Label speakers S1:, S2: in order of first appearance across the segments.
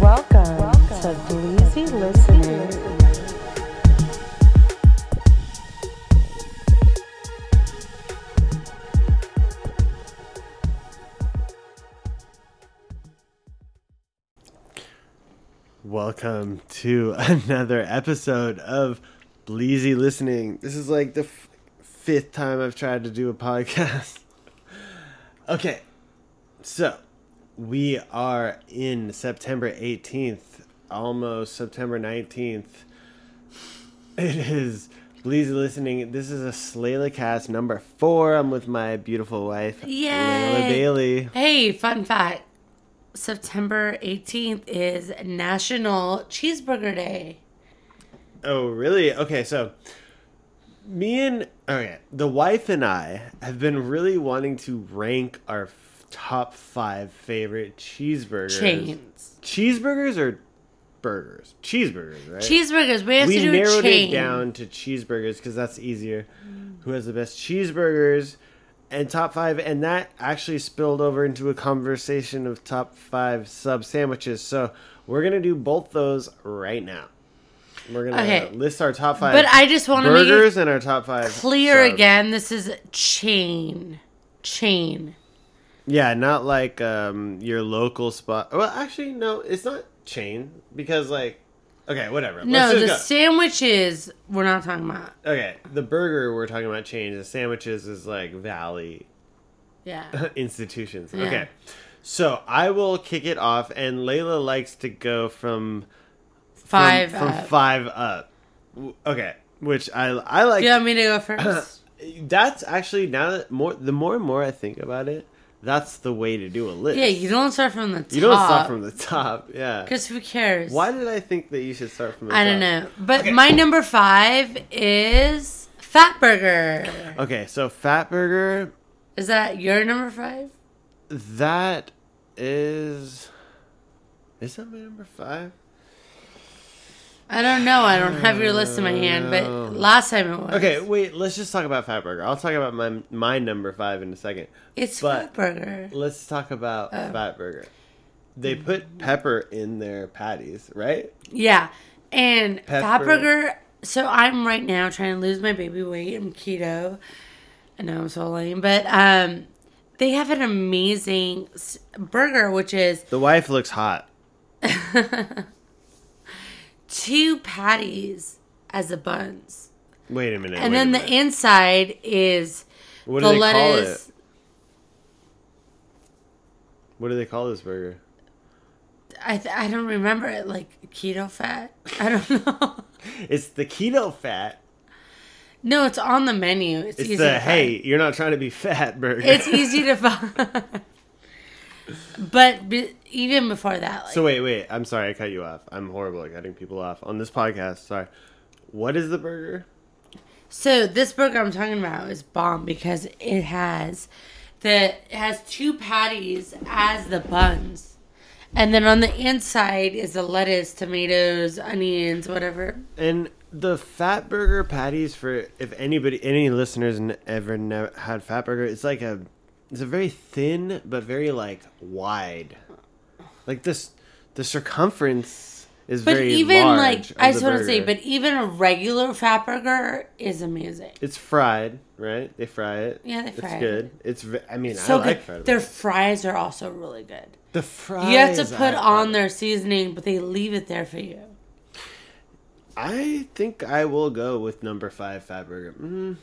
S1: Welcome, to Bleezy Listening.
S2: Welcome to another episode of Bleezy Listening. This is like the f- fifth time I've tried to do a podcast. okay, so we are in September 18th, almost September 19th. It is Bleezy Listening. This is a Slayla cast number four. I'm with my beautiful wife, Layla
S3: Yay.
S2: Bailey.
S3: Hey, fun fact September 18th is National Cheeseburger Day.
S2: Oh, really? Okay, so me and okay, the wife and I have been really wanting to rank our f- top five favorite cheeseburgers.
S3: Chains.
S2: Cheeseburgers or burgers? Cheeseburgers, right?
S3: Cheeseburgers. We have
S2: we
S3: to do
S2: narrowed
S3: chain.
S2: it down to cheeseburgers because that's easier. Who has the best cheeseburgers and top five? And that actually spilled over into a conversation of top five sub sandwiches. So we're gonna do both those right now. We're gonna
S3: Okay.
S2: list our top five.
S3: But I just want to make it
S2: burgers and our top five.
S3: clear
S2: subs.
S3: again this is chain. Chain.
S2: Yeah, not like um your local spot. Well, actually, no, it's not chain because like. Okay, whatever.
S3: No,
S2: Let's
S3: the
S2: just go.
S3: sandwiches we're not talking about.
S2: Okay, the burger we're talking about change. The sandwiches is like Valley
S3: Yeah.
S2: institutions.
S3: Yeah.
S2: Okay, so I will kick it off, and Layla likes to go from from-
S3: Five.
S2: from,
S3: up.
S2: five up. W- Okay, which I I like.
S3: Do you want me to go first?
S2: That's actually now that more the more and more I think about it, that's the way to do a list.
S3: yeah, you don't start from the top.
S2: You don't start from the top. Yeah.
S3: Because who cares?
S2: Why did I think that you should start from the top?
S3: I don't know. But my number five is Fat Burger.
S2: Okay, so Fatburger,
S3: Is that your number five?
S2: that is. Is that my number five?
S3: I don't know. I don't have your list in my hand, but
S2: No.
S3: last time it was.
S2: Okay, wait, let's just talk about Fatburger. I'll talk about my my number five in a second.
S3: It's
S2: but-
S3: Fat Burger.
S2: Let's talk about
S3: Oh.
S2: Fatburger. They put pepper in their patties, right?
S3: Yeah. And Fat
S2: Pepper.
S3: Burger. So I'm right now trying to lose my baby weight. I'm keto. I know I'm so lame, but um, they have an amazing s- burger, which is
S2: The wife looks hot.
S3: two patties as the buns.
S2: Wait a minute.
S3: And
S2: Oh, wait a
S3: then the
S2: minute.
S3: inside is
S2: what do
S3: the
S2: they
S3: lettuce.
S2: call it? What do they call this burger?
S3: I, th- I don't remember it like keto fat. I don't know.
S2: It's the keto fat.
S3: no, it's on the menu. It's,
S2: It's
S3: easy.
S2: the
S3: to find.
S2: hey, you're not trying to be fat burger.
S3: It's easy to find. but be- even before that, like,
S2: so wait, wait. I'm sorry, I cut you off. I'm horrible at cutting people off on this podcast. Sorry. What is the burger?
S3: So this burger I'm talking about is bomb because it has the it has two patties as the buns. And then on the inside is the lettuce, tomatoes, onions, whatever.
S2: And the fat burger patties for if anybody, any listeners n- ever ne- had fat burger, it's like a, it's a very thin but very like wide, like this, the circumference is
S3: But
S2: very
S3: even
S2: large
S3: like I
S2: of
S3: just
S2: the
S3: want to say,
S2: burger.
S3: but even a regular fat burger is amazing.
S2: it's fried, right? They fry it.
S3: Yeah, they fry
S2: It's
S3: it.
S2: good. It's ve- I mean
S3: So
S2: I
S3: good.
S2: like fried
S3: their
S2: burgers.
S3: fries are also really good.
S2: The fries.
S3: You have to put
S2: I-
S3: on their seasoning, but they leave it there for you.
S2: I think I will go with number five fat burger. Mm,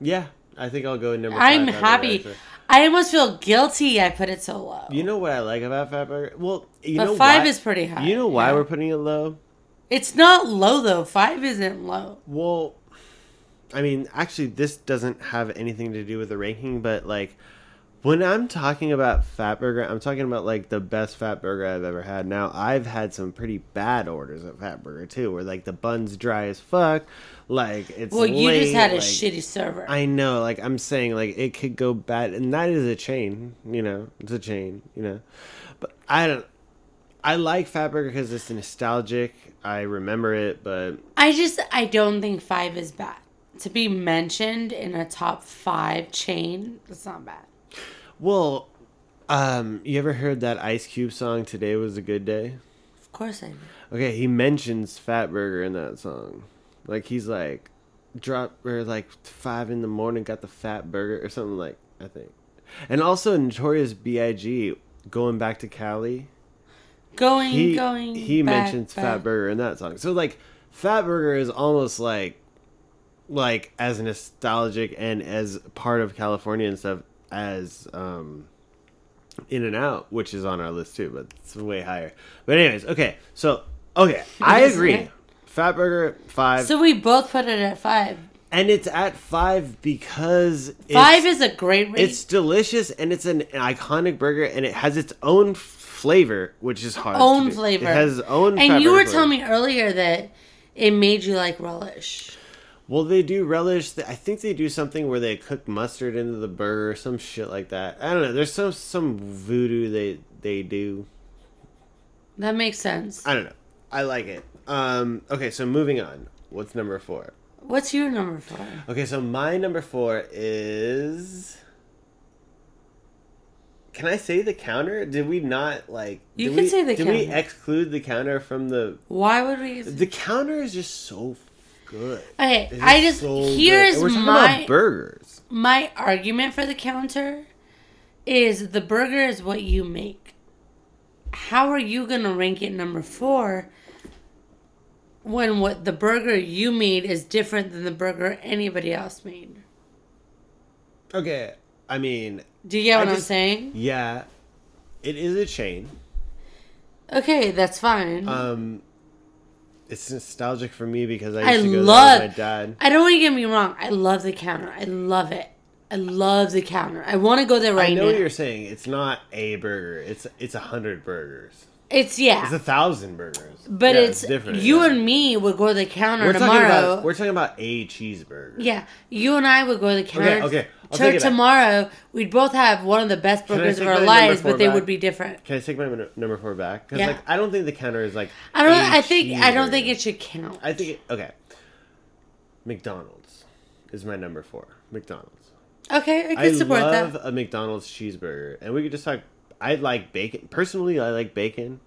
S2: yeah, I think I'll go with number.
S3: I'm
S2: five Fatburger,
S3: happy.
S2: actually.
S3: I almost feel guilty I put it so low.
S2: You know what I like about Fat Burger? Well, you
S3: But
S2: know
S3: five
S2: why,
S3: is pretty high,
S2: You know why
S3: yeah.
S2: we're putting it low?
S3: it's not low though. Five isn't low.
S2: Well, I mean, actually, this doesn't have anything to do with the ranking, but like when I'm talking about Fat Burger, I'm talking about like the best Fat Burger I've ever had. Now, I've had some pretty bad orders at Fat Burger too, where like the bun's dry as fuck, like it's
S3: Well, you
S2: late,
S3: just had a
S2: like-
S3: shitty server.
S2: I know, like I'm saying, like it could go bad, and that is a chain, you know, it's a chain, you know. But I don't, I like Fatburger because it's nostalgic. I remember it, but
S3: I just I don't think five is bad. To be mentioned in a top five chain, that's not bad.
S2: well, um, you ever heard that Ice Cube song? Today was a good day.
S3: Of course I do.
S2: Okay, he mentions Fatburger in that song. Like he's like drop or like five in the morning got the fat burger or something like I think. And also notorious B.I.G. going back to Cali.
S3: Going,
S2: He
S3: going.
S2: he
S3: back,
S2: mentions
S3: back.
S2: Fatburger in that song. So like Fatburger is almost like like as nostalgic and as part of California and stuff as um in and out, which is on our list too, but it's way higher. But anyways, okay. So okay, I
S3: Yes,
S2: agree.
S3: right.
S2: Fatburger five,
S3: So we both put it at five.
S2: and it's at five because it's,
S3: Five is a great rate.
S2: it's delicious and it's an iconic burger and it has its own flavor, which is hard. to
S3: own
S2: do.
S3: flavor.
S2: It has its own.
S3: And you
S2: Fatburger
S3: were
S2: flavor.
S3: telling me earlier that it made you like relish.
S2: Well, they do relish. The, I think they do something where they cook mustard into the burger, or some shit like that. I don't know. There's some some voodoo they they do.
S3: That makes sense.
S2: I don't know. I like it. Um. Okay, so moving on. What's number four?
S3: What's your number four?
S2: Okay, so my number four is. Can I say the counter? Did we not like?
S3: You
S2: did
S3: can
S2: we-
S3: say the
S2: did we
S3: counter.
S2: exclude the counter from the?
S3: Why would we?
S2: The counter is just so good.
S3: okay,
S2: It
S3: I
S2: is
S3: just
S2: so good.
S3: here's
S2: And we're talking
S3: my
S2: about burgers.
S3: my argument for the counter is the burger is what you make. How are you gonna rank it number four when what the burger you made is different than the burger anybody else made?
S2: Okay, I mean,
S3: Do you get
S2: I
S3: what I'm
S2: just-
S3: saying?
S2: Yeah, it is a chain.
S3: Okay, that's fine.
S2: Um, it's nostalgic for me because I
S3: I
S2: used to go
S3: love.
S2: there with "Oh, my dad.
S3: I don't want to get me wrong. I love the counter. I love it. I love the counter. I want to go there right
S2: I know what
S3: now.
S2: you're saying. It's not a burger. It's it's a hundred burgers.
S3: It's yeah,
S2: It's a thousand burgers.
S3: but
S2: Yeah,
S3: it's, you
S2: yeah.
S3: and me would go to the counter
S2: we're
S3: tomorrow.
S2: talking about we're talking about a cheeseburger.
S3: yeah, you and I would go to the counter.
S2: okay, I'll
S3: to-
S2: take it back.
S3: tomorrow, we'd both have one of the best
S2: I
S3: burgers of
S2: take
S3: our
S2: my number
S3: lives,
S2: four
S3: but they
S2: back?
S3: would be different.
S2: Can I take my min- number four back? Because
S3: Yeah.
S2: like I don't think the counter is like.
S3: I don't.
S2: I
S3: I think. I don't think it should count.
S2: I think it, okay. McDonald's is my number four. McDonald's.
S3: okay, I
S2: I
S3: can support
S2: love
S3: that.
S2: a McDonald's cheeseburger, and we could just talk. I like bacon personally. I like bacon.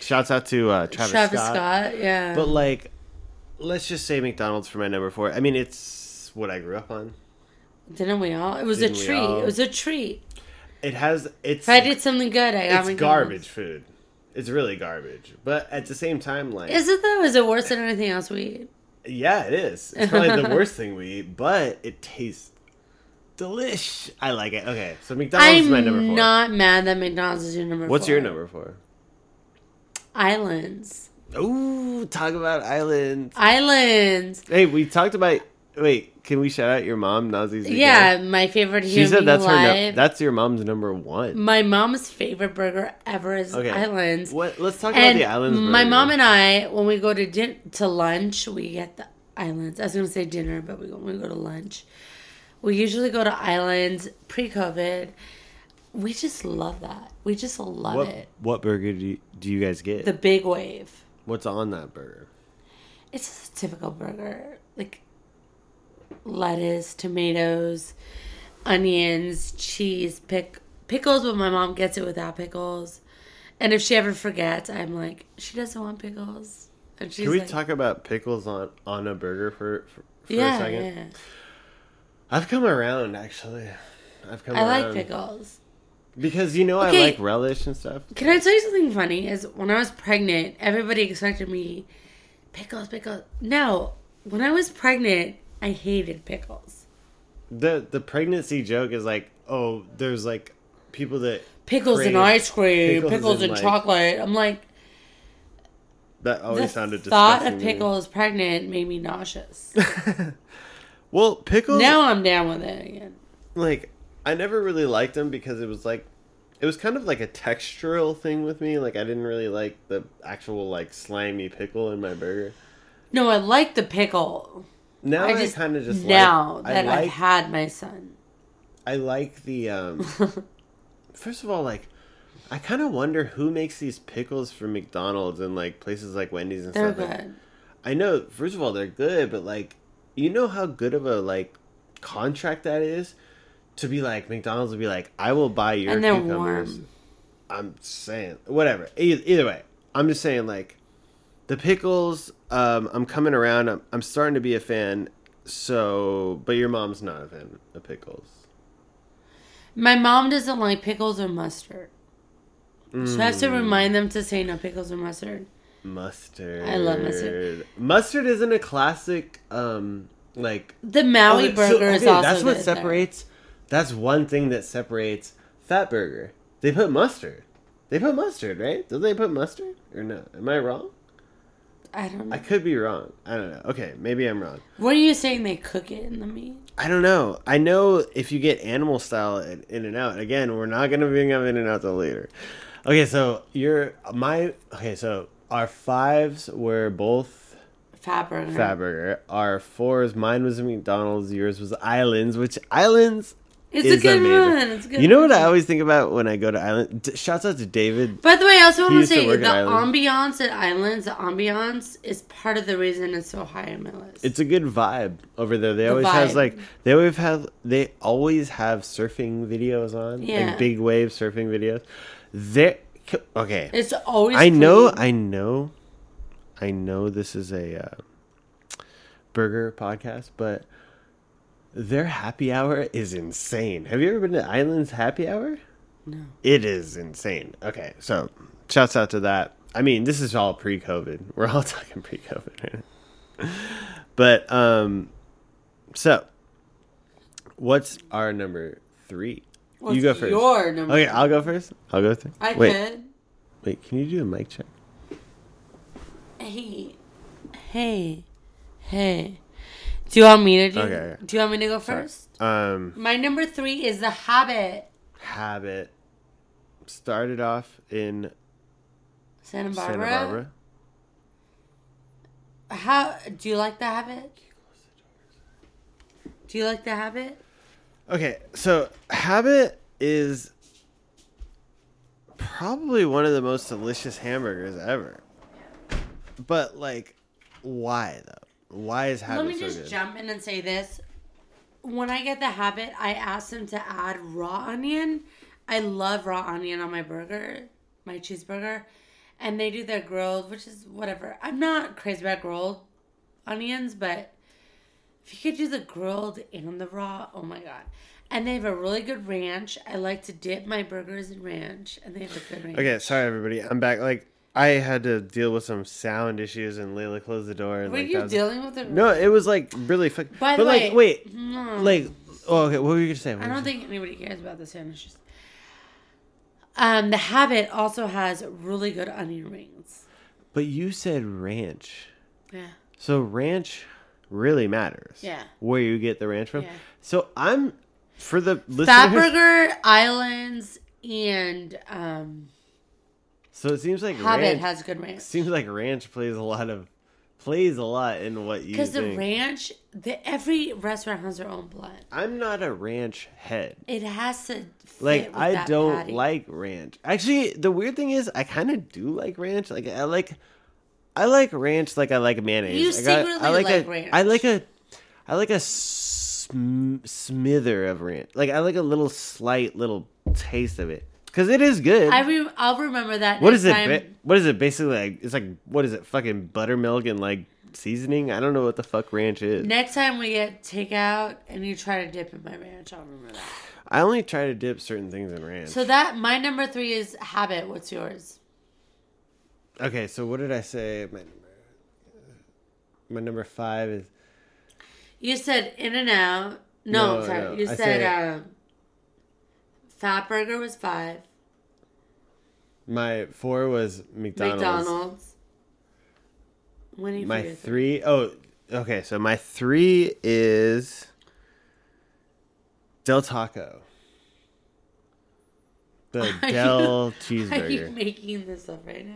S2: Shouts out to uh, Travis,
S3: Travis
S2: Scott.
S3: Scott. Yeah.
S2: But like, let's just say McDonald's for my number four. I mean, it's what I grew up on.
S3: Didn't we all? It was a
S2: Didn't we
S3: treat.
S2: all?
S3: It was a treat.
S2: It has it's
S3: If I did something good, I got
S2: it's
S3: McDonald's.
S2: garbage food. It's really garbage, but at the same time, like
S3: Is it though? Is it worse than anything else we eat?
S2: yeah, it is. It's probably the worst thing we eat, but it tastes delish. I like it. Okay, so McDonald's is my number four.
S3: I'm not mad that McDonald's is your number.
S2: What's
S3: four.
S2: your number four?
S3: Islands.
S2: Ooh, talk about islands.
S3: Islands.
S2: Hey, we talked about. Wait, can we shout out your mom, Nazi's?
S3: Yeah, my favorite
S2: she
S3: human
S2: said that's her.
S3: alive.
S2: No, that's your mom's number one.
S3: my mom's favorite burger ever is Islands.
S2: What? Let's talk about
S3: And
S2: the islands.
S3: my
S2: burger.
S3: mom and I, when we go to din- to lunch, we get the Islands. I was gonna say dinner, but we go, when we go to lunch, we usually go to Islands. Pre-COVID, we just love that. We just love
S2: What,
S3: it.
S2: what burger do you, do you guys get?
S3: The big wave.
S2: What's on that burger?
S3: It's just a typical burger, like lettuce, tomatoes, onions, cheese, pick pickles. But my mom gets it without pickles, and if she ever forgets, I'm like, she doesn't want pickles. And she's
S2: Can we
S3: like,
S2: talk about pickles on on a burger for for, for
S3: yeah,
S2: a second?
S3: yeah.
S2: I've come around actually. I've come
S3: I
S2: around
S3: like pickles.
S2: because you know
S3: Okay.
S2: I like relish and stuff.
S3: Can I tell you something funny? Is when I was pregnant, everybody expected me pickles, pickles. No, when I was pregnant, I hated pickles.
S2: The the pregnancy joke is like, oh, there's like people that
S3: Pickles and
S2: crave-
S3: ice cream,
S2: pickles
S3: pickles,
S2: and,
S3: and,
S2: like,
S3: chocolate. I'm like,
S2: That
S3: the
S2: always sounded
S3: thought
S2: disgusting.
S3: of
S2: to me.
S3: pickles pregnant made me nauseous.
S2: Well, pickles.
S3: now I'm down with it again.
S2: like I never really liked them because it was like it was kind of like a textural thing with me. Like I didn't really like the actual like slimy pickle in my burger.
S3: No, I like the pickle.
S2: Now
S3: I
S2: I,
S3: just
S2: kind of just
S3: now
S2: like,
S3: that
S2: I
S3: I've
S2: like
S3: had my son.
S2: I like the um first of all like I kind of wonder who makes these pickles for McDonald's and like places like Wendy's and
S3: They're
S2: stuff. Like,
S3: good.
S2: I know first of all they're good, but like you know how good of a like contract that is to be like McDonald's would be like I will buy your
S3: And they're
S2: cucumbers.
S3: warm.
S2: I'm saying whatever. E, Either, either way, I'm just saying, like, the pickles. Um, I'm coming around. I'm, I'm starting to be a fan. So, but your mom's not a fan of pickles.
S3: My mom doesn't like pickles or mustard. So I have
S2: Hmm.
S3: to remind them to say no pickles or mustard.
S2: Mustard.
S3: I love mustard.
S2: Mustard isn't a classic. Um, like
S3: The Maui
S2: Oh, so-
S3: burger is
S2: okay,
S3: also
S2: That's what
S3: good there.
S2: separates. That's one thing that separates fat burger. They put mustard. They put mustard, right? Did they put mustard or no? Am I wrong?
S3: I don't know.
S2: I could be wrong. I don't know. Okay, maybe I'm wrong.
S3: What are you saying? They cook it in the meat?
S2: I don't know. I know if you get animal style at In and Out again, we're not gonna bring up In and Out till later. Okay, so your my okay, so our fives were both
S3: Fat burger.
S2: fat burger. Our fours, mine was McDonald's, yours was Islands, which Islands
S3: It's
S2: is
S3: a good
S2: amazing.
S3: one. It's a good
S2: You know what
S3: one.
S2: I always think about when I go to Island? D- shouts out to David.
S3: By the way, I also want to
S2: used to
S3: say
S2: work
S3: the
S2: at Islands.
S3: ambiance at Islands, the ambiance is part of the reason it's so high on my list.
S2: It's a good vibe over there. They
S3: The
S2: always has
S3: vibe.
S2: like they always have they always have surfing videos on,
S3: Yeah.
S2: like big wave surfing videos. They okay.
S3: It's always.
S2: I know,
S3: clean.
S2: I know, I know. This is a uh, burger podcast, but their happy hour is insane. Have you ever been to Islands Happy Hour?
S3: No.
S2: It is insane. Okay, so shouts out to that. I mean, this is all pre-COVID. We're all talking pre-COVID, right? but um, so what's our number three?
S3: What's
S2: you go first.
S3: Your number.
S2: Okay, I'll go first. I'll go through.
S3: I
S2: wait,
S3: could.
S2: wait. Can you do a mic check?
S3: Hey, hey, hey. Do you want me to do?
S2: Okay, okay.
S3: Do you want me to go first?
S2: Um,
S3: My number three is The Hobbit,
S2: habit started off in
S3: Santa Barbara.
S2: Santa Barbara.
S3: How do you like The Hobbit? Do you like The Hobbit?
S2: Okay, so habit is probably one of the most delicious hamburgers ever. But like, why though? Why is habit
S3: Let me
S2: so
S3: just
S2: good?
S3: jump in and say this. When I get the habit, I ask them to add raw onion. I love raw onion on my burger, my cheeseburger. And they do their grilled, which is whatever. I'm not crazy about grilled onions, but if you could do the grilled and the raw, oh my God. And they have a really good ranch. I like to dip my burgers in ranch, and they have a good ranch.
S2: Okay, sorry everybody, I'm back. Like, I had to deal with some sound issues, and Layla closed the door. And,
S3: Were
S2: like, that
S3: you
S2: was-
S3: dealing with the
S2: No, it was like really. Fuck-
S3: By
S2: but
S3: the
S2: like,
S3: way-
S2: wait,
S3: No.
S2: like, oh, okay, what were you gonna say? What
S3: I
S2: were you
S3: don't
S2: gonna
S3: think anybody cares about the sandwiches. Um, the Habit also has really good onion rings.
S2: say? But you said ranch.
S3: Yeah.
S2: So ranch really matters.
S3: Yeah.
S2: Where you get the ranch from.
S3: Yeah.
S2: So I'm for the listeners.
S3: Fat Burger Islands and um,
S2: so it seems like
S3: Habit
S2: ranch
S3: has good ranch.
S2: seems like ranch plays a lot of plays a lot in what you
S3: Because the
S2: think.
S3: ranch, the every restaurant has their own blend.
S2: I'm not a ranch head.
S3: It has to fit
S2: Like
S3: with
S2: I
S3: that
S2: don't
S3: patty.
S2: like ranch. Actually, the weird thing is I kind of do like ranch. Like I like I like ranch like I like mayonnaise.
S3: You
S2: Like, I-
S3: secretly
S2: I, like,
S3: like
S2: a,
S3: ranch.
S2: I like a I like a sm- smither of ranch. Like I like a little slight little taste of it cuz it is good.
S3: I re- I'll remember that.
S2: what
S3: next
S2: is it?
S3: time.
S2: ba- what is it basically like? It's like what is it fucking buttermilk and like seasoning? I don't know what the fuck ranch is.
S3: Next time we get takeout and you try to dip in my ranch, I'll remember that.
S2: I only try to dip certain things in ranch.
S3: So that my number three is Habit. What's yours?
S2: Okay, so what did I say? My number, uh, my number five is
S3: You said In and Out. No,
S2: No,
S3: I'm sorry.
S2: no,
S3: You
S2: I
S3: said,
S2: said-
S3: um, Fat Burger was five.
S2: my four was McDonald's.
S3: McDonald's. When do you
S2: My
S3: figure three?
S2: three oh okay, so my three is Del Taco. The
S3: Are
S2: Del
S3: Are you
S2: cheeseburger.
S3: making this up right now?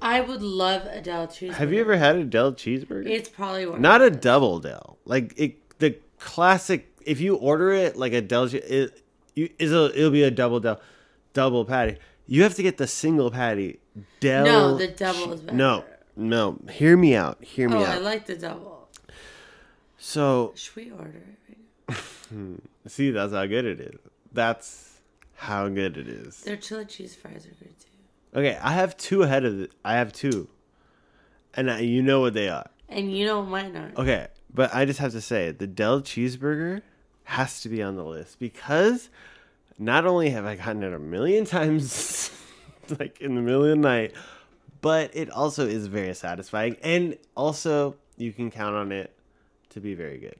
S3: I would love a Del cheeseburger.
S2: Have you ever had a Del cheeseburger?
S3: It's probably one.
S2: Not a double Del. Like it, the classic. If you order it like a Del, it you is a it'll be a double Del, double patty. You have to get the single patty. Del.
S3: No, the double is better.
S2: No, no. Hear me out. Hear me
S3: Oh, I
S2: out.
S3: like the double.
S2: so
S3: Should we order it? right now?
S2: see, that's how good it is. That's how good it is.
S3: Their chili cheese fries are good too.
S2: Okay, I have two ahead of. Th- I have two, and I, you know what they are.
S3: And you know what mine are.
S2: Okay, but I just have to say the Dell cheeseburger has to be on the list because not only have I gotten it a million times, like in the middle of the night, but it also is very satisfying, and also you can count on it to be very good.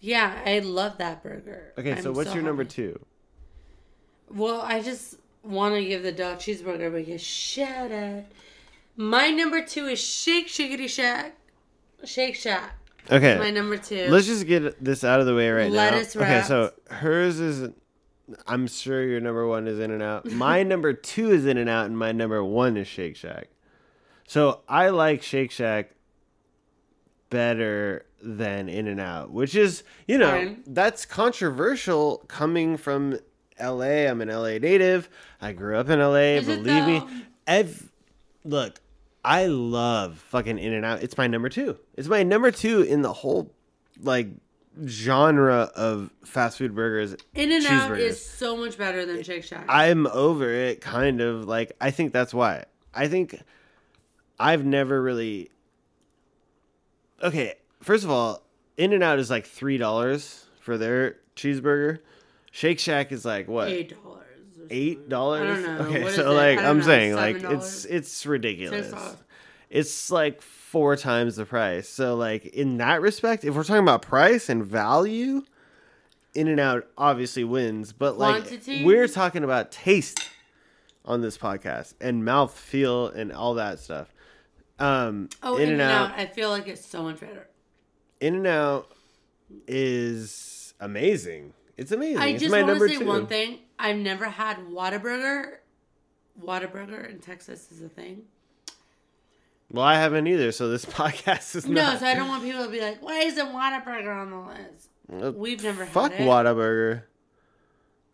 S3: Yeah, I love that burger.
S2: Okay, so
S3: I'm
S2: what's your number
S3: happy.
S2: two?
S3: Well, I just want to give the dog cheeseburger a big shout out. My number two is Shake Shakety Shack. Shake Shack.
S2: Okay,
S3: My number two.
S2: Let's just get this out of the way right
S3: Lettuce
S2: now. Okay,
S3: wraps.
S2: so hers is I'm sure your number one is In and Out. My number two is In and Out and my number one is Shake Shack. So I like Shake Shack better than In and Out, which is, you know,
S3: Fine.
S2: that's controversial coming from LA. I'm an LA native. I grew up in LA.
S3: Is it
S2: Believe me.
S3: though?
S2: Ev look, I love fucking In and Out. It's my number two. It's my number two in the whole like genre of fast food burgers.
S3: In and Out
S2: cheeseburgers.
S3: is so much better than Shake Shack.
S2: I'm over it, kind of. Like I think that's why. I think I've never really. Okay, first of all, In and Out is like three dollars for their cheeseburger. Shake Shack is like what
S3: Eight dollars.
S2: eight dollars.
S3: know.
S2: Okay,
S3: What is
S2: so
S3: it?
S2: like
S3: I don't
S2: I'm
S3: know.
S2: saying, like
S3: $7?
S2: it's it's ridiculous.
S3: $6.
S2: It's like four times the price. So like in that respect, if we're talking about price and value, In and Out obviously wins. But like
S3: Quantity?
S2: we're talking about taste on this podcast and mouth feel and all that stuff. Um,
S3: Oh, In and Out. I feel like it's so much better.
S2: In and Out is amazing. It's amazing.
S3: I
S2: it's
S3: just
S2: my
S3: want
S2: number
S3: to say
S2: two.
S3: one thing. I've never had Whataburger. Whataburger in Texas is a thing.
S2: Well, I haven't either, so this podcast is
S3: No,
S2: not.
S3: so I don't want people to be like, why isn't Whataburger on the list?
S2: Uh,
S3: We've never had
S2: Fuck
S3: it.
S2: Whataburger.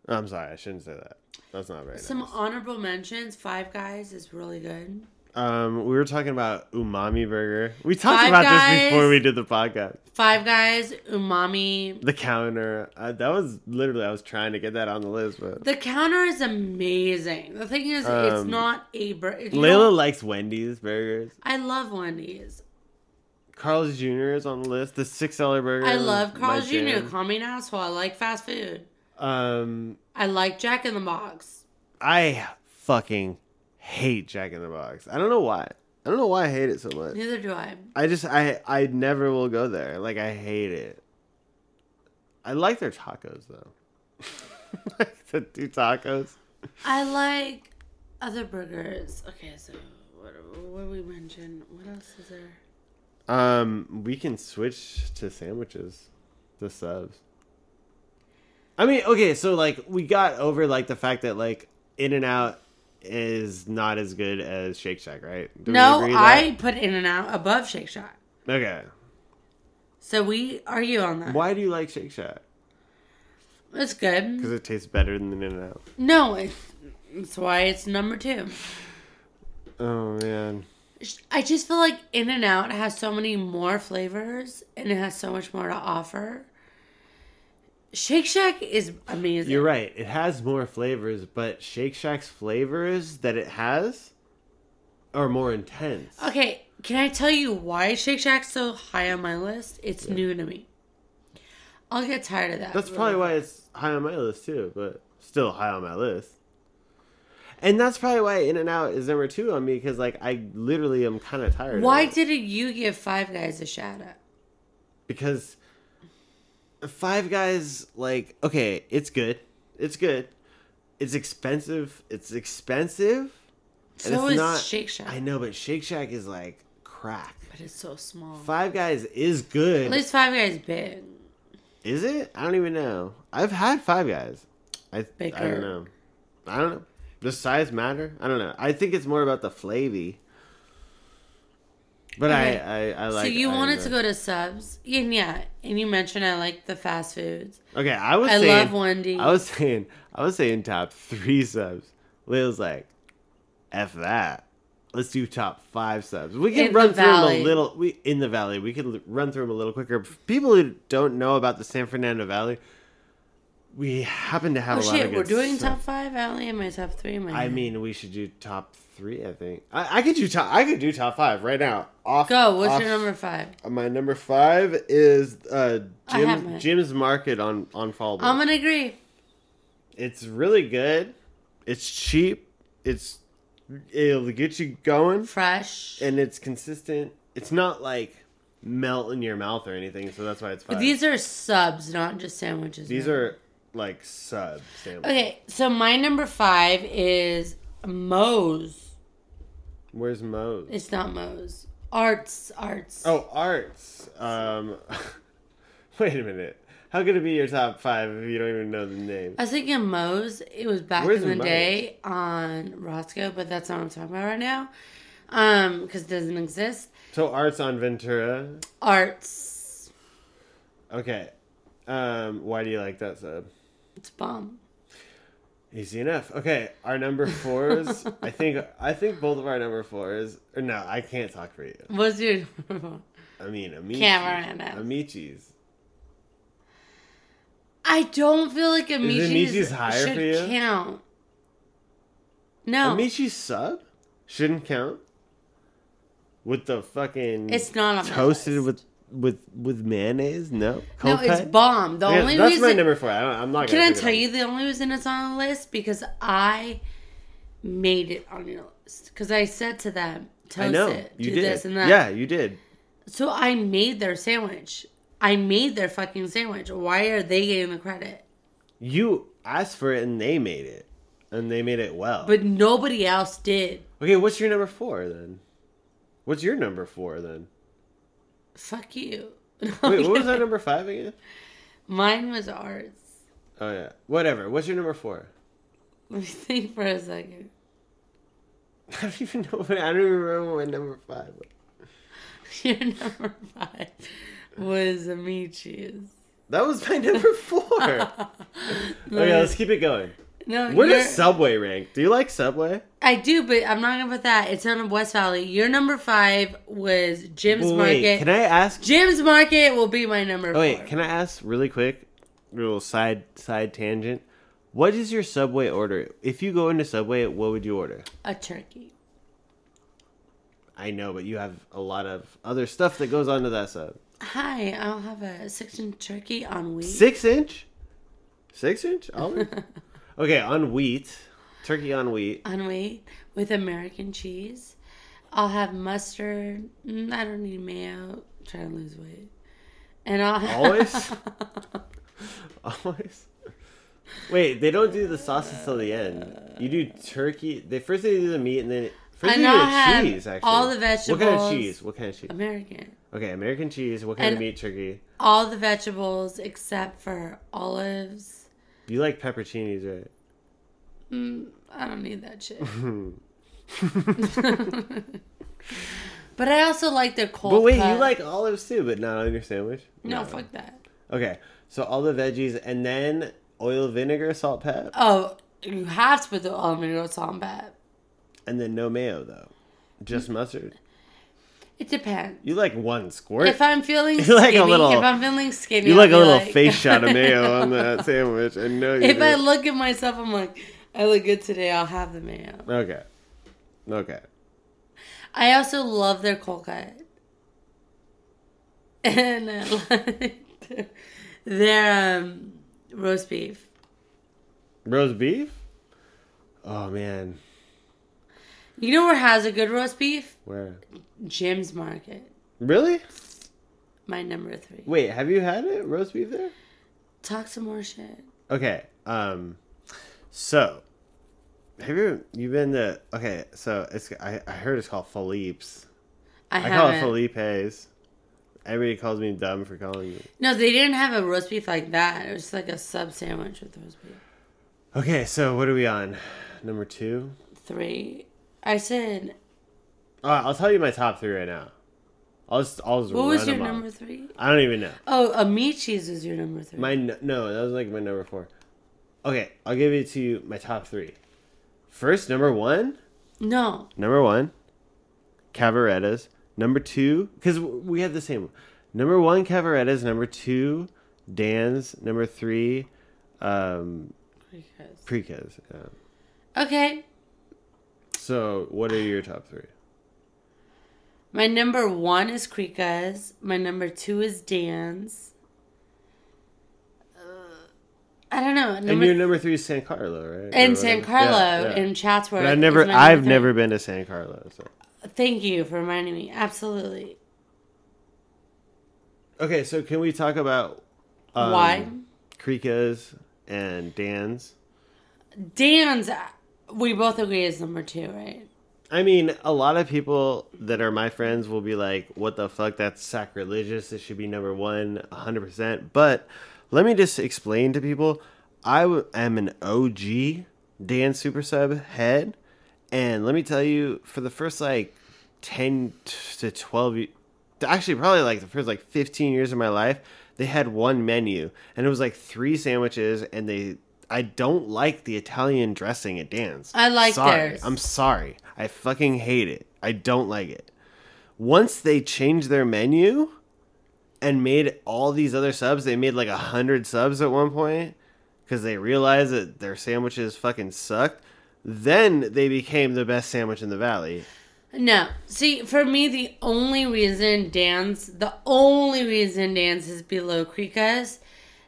S2: I'm sorry, I shouldn't say that. That's not very
S3: Some
S2: nice.
S3: honorable mentions. Five Guys is really good.
S2: Um, we were talking about umami burger. We talked
S3: Five
S2: about this
S3: Guys.
S2: before we did the podcast.
S3: Five Guys, Umami.
S2: The counter. Uh, that was literally I was trying to get that on the list, but
S3: The counter is amazing. The thing is, it's
S2: Um,
S3: not a bur- if you
S2: Layla
S3: don't-
S2: likes Wendy's burgers.
S3: I love Wendy's.
S2: Carl's Jr. is on the list. The six dollar burger.
S3: I
S2: was
S3: love
S2: um, my
S3: Carl's Jr.
S2: jam.
S3: Call me an asshole. I like fast food.
S2: Um,
S3: I like Jack in the Box.
S2: I fucking hate Jack in the Box. I don't know why. I don't know why I hate it so much.
S3: Neither do I.
S2: I just I I never will go there. Like I hate it. I like their tacos though. like the two tacos.
S3: I like other burgers. Okay, so what, what did we mention? What else is there?
S2: Um, we can switch to sandwiches, the subs. I mean, okay, so like we got over like the fact that like In and Out is not as good as Shake Shack, right? Do we
S3: no,
S2: agree that-
S3: I put In and Out above Shake Shack.
S2: okay.
S3: So we argue on that.
S2: Why do you like Shake Shack?
S3: It's good.
S2: Because it tastes better than In and Out.
S3: No, it's, it's why it's number two.
S2: Oh man.
S3: I just feel like In and Out has so many more flavors and it has so much more to offer. Shake Shack is amazing.
S2: You're right. It has more flavors, but Shake Shack's flavors that it has are more intense.
S3: Okay, can I tell you why Shake Shack's so high on my list? It's new to me. I'll get tired of that.
S2: That's probably why it's high on my list too, but still high on my list. And that's probably why In and Out is number two on me because like I literally am kind of tired. of
S3: Why
S2: it.
S3: didn't you give Five Guys a shout out?
S2: because Five Guys like okay, it's good, it's good, it's expensive, it's expensive. and
S3: So
S2: it's
S3: is
S2: not-
S3: Shake Shack,
S2: I know, but Shake Shack is like crack.
S3: but it's so small.
S2: Five Guys is good.
S3: At least Five Guys big.
S2: Is it? I don't even know. I've had Five Guys. I I
S3: Baker.
S2: don't know. I don't know. Does size matter? I don't know. I think it's more about the flavy. But
S3: Okay.
S2: I, I I like.
S3: so you
S2: I
S3: wanted to
S2: enjoy-
S3: go to subs, and yeah, and you mentioned I like the fast foods.
S2: Okay, I was.
S3: I
S2: saying,
S3: love Wendy's.
S2: I was saying. I was saying top three subs. Leo's like, f that. Let's do top five subs. We can
S3: In the
S2: run through 'em
S3: valley.
S2: a little. We in the valley. We can l- run through them a little quicker. People who don't know about the San Fernando Valley, we happen to have
S3: Oh
S2: a lot
S3: shit,
S2: of
S3: we're
S2: good
S3: doing
S2: stuff.
S3: top five. I only am my top three. in My
S2: I
S3: head.
S2: mean, we should do top three. I think I, I could do top. I could do top five right now. Off.
S3: go. What's
S2: off-
S3: your number five?
S2: My number five is uh,
S3: I have mine.
S2: Jim's, Jim's Market on on Fallbrook.
S3: I'm gonna agree.
S2: it's really good. It's cheap. It's it'll get you going,
S3: Fresh.
S2: and it's consistent. It's not like melt in your mouth or anything. So that's why it's five.
S3: But these are subs, not just sandwiches.
S2: These
S3: man.
S2: are like sub sandwiches.
S3: okay. So my number five is Moe's.
S2: Where's Moe's?
S3: It's not Moe's. Arts, arts.
S2: Oh, arts. Um, wait a minute. How could it be your top five if you don't even know the name?
S3: I was thinking Moe's. It was back
S2: Where's
S3: in the
S2: Moe's?
S3: day on Roscoe, but that's not what I'm talking about right now. Um, because it doesn't exist.
S2: So arts on Ventura.
S3: Arts.
S2: Okay. Um, why do you like that sub?
S3: It's bomb.
S2: Easy enough. Okay, our number fours. I think I think both of our number fours. Or no, I can't talk for you.
S3: What's your number one?
S2: I mean, Amici.
S3: Can't right now.
S2: Amici's.
S3: I don't feel like Amici's,
S2: Amici's higher
S3: should
S2: for you?
S3: count. No,
S2: Amici's sub shouldn't count. With the fucking
S3: it's not on my
S2: toasted
S3: list.
S2: with with with mayonnaise. No,
S3: No,
S2: Cold
S3: it's
S2: cut?
S3: bomb. The
S2: Yeah,
S3: only
S2: that's
S3: reason
S2: my number four. I don't, I'm not.
S3: Can
S2: gonna
S3: I
S2: pick it
S3: tell
S2: up.
S3: you the only reason it's on the list? Because I made it on your list. Because I said to them, toast
S2: I know
S3: it,
S2: you
S3: do
S2: did.
S3: this and that.
S2: Yeah, you did.
S3: So I made their sandwich. I made their fucking sandwich. Why are they getting the credit?
S2: You asked for it and they made it, and they made it well.
S3: But nobody else did.
S2: okay, what's your number four then? What's your number four then?
S3: Fuck you.
S2: Wait, what was our number five again?
S3: Mine was ours.
S2: Oh yeah, whatever. What's your number four?
S3: Let me think for a second.
S2: I don't even know. What, I don't even remember what number five. was.
S3: Your number five was Amici's.
S2: That was my number four. okay, let's keep it going.
S3: No,
S2: Oh, Where
S3: your-
S2: does Subway rank? Do you like Subway?
S3: I do, but I'm not gonna put that. It's on West Valley. Your number five was Jim's Market.
S2: can I ask?
S3: Jim's Market will be my number
S2: Oh,
S3: four.
S2: wait, can I ask really quick, little side side tangent? What is your Subway order? If you go into Subway, what would you order?
S3: A turkey.
S2: I know, but you have a lot of other stuff that goes onto that sub.
S3: Hi, I'll have a six inch turkey on wheat.
S2: Six inch, six inch. Olive? okay, on wheat, turkey on wheat.
S3: On wheat with American cheese. I'll have mustard. Mm, I don't need mayo. I'm trying to lose weight. And I'll have
S2: Always? Always. Wait, they don't do the sauces till the end. You do turkey. They first they do the meat and then first
S3: And
S2: they do
S3: I'll have
S2: the cheese. Actually,
S3: all the
S2: What kind of
S3: vegetables.
S2: cheese? What kind of cheese?
S3: American.
S2: Okay, American cheese. What kind
S3: And-
S2: of meat turkey?
S3: All the vegetables except for olives.
S2: You like pepperoncinis, right?
S3: Mm, I don't need that shit. but I also like their cold.
S2: But wait, you
S3: cut.
S2: like olives too, but not on your sandwich.
S3: no, fuck that.
S2: Okay, so all the veggies and then oil, vinegar, salt, pep,
S3: Oh, you have to put the almond oil on that.
S2: and then no mayo though, just mustard.
S3: It depends.
S2: You like one squirt.
S3: If I'm feeling
S2: You like a
S3: skinny,
S2: little-
S3: if I'm feeling skinny,
S2: you
S3: I'll
S2: like a
S3: be
S2: little face shot of mayo on that sandwich, and no, you
S3: if I
S2: do.
S3: look at myself, I'm like, I look good today. I'll have the mayo.
S2: okay, okay.
S3: I also love their cold cut, and I like their, their um, roast beef.
S2: Roast beef. Oh man,
S3: You know where has a good roast beef?
S2: where?
S3: Jim's Market,
S2: Really?
S3: my number three.
S2: Wait, have you had it? Roast beef there?
S3: Talk some more shit.
S2: Okay. Um. So, have you you been to? Okay. So it's I, I heard it's called Philippe's.
S3: I,
S2: I call
S3: haven't.
S2: it Felipe's. Everybody calls me dumb for calling you.
S3: No, they didn't have a roast beef like that. It was just like a sub sandwich with roast beef.
S2: Okay. So what are we on? Number two.
S3: Three. I said,
S2: All right, Uh, I'll tell you my top three right now. I'll just I'll just
S3: what
S2: run
S3: was your
S2: them off.
S3: number three?
S2: I don't even know.
S3: Oh, Amici's was your number three.
S2: My n- no, that was like my number four. Okay, I'll give it to you. My top three. First, number one.
S3: no.
S2: Number one, Cavarettas. Number two, because we have the same. Number one, Cavarettas. Number two, Dan's. Number three, Um,
S3: Because.
S2: Prekas. Yeah.
S3: Okay.
S2: So, what are your top three?
S3: My number one is Krika's. My number two is Dan's. Uh, I don't know. Number
S2: and your number three is San Carlo, right? Or
S3: and
S2: whatever.
S3: San
S2: Yeah,
S3: Carlo
S2: yeah.
S3: and Chatsworth.
S2: But I
S3: is
S2: never,
S3: my number
S2: I've
S3: three.
S2: never been to San Carlo. So.
S3: Thank you for reminding me. Absolutely.
S2: Okay, so can we talk about um,
S3: Why?
S2: Krika's and Dan's?
S3: Dan's, uh, we both agree, is number two, right?
S2: I mean, a lot of people that are my friends will be like, "What the fuck? That's sacrilegious. It should be number one, hundred percent." But let me just explain to people: I w- am an OG Dan Super Sub head, and let me tell you, for the first like ten t- to twelve, y- actually probably like the first like fifteen years of my life, they had one menu, and it was like three sandwiches, and they. I don't like the Italian dressing at Dan's.
S3: I like
S2: Sorry.
S3: theirs.
S2: I'm sorry. I fucking hate it. I don't like it. Once they changed their menu and made all these other subs, they made like a hundred subs at one point because they realized that their sandwiches fucking sucked. Then they became the best sandwich in the valley.
S3: No. See, for me, the only reason Dan's, the only reason Dan's is below Krika's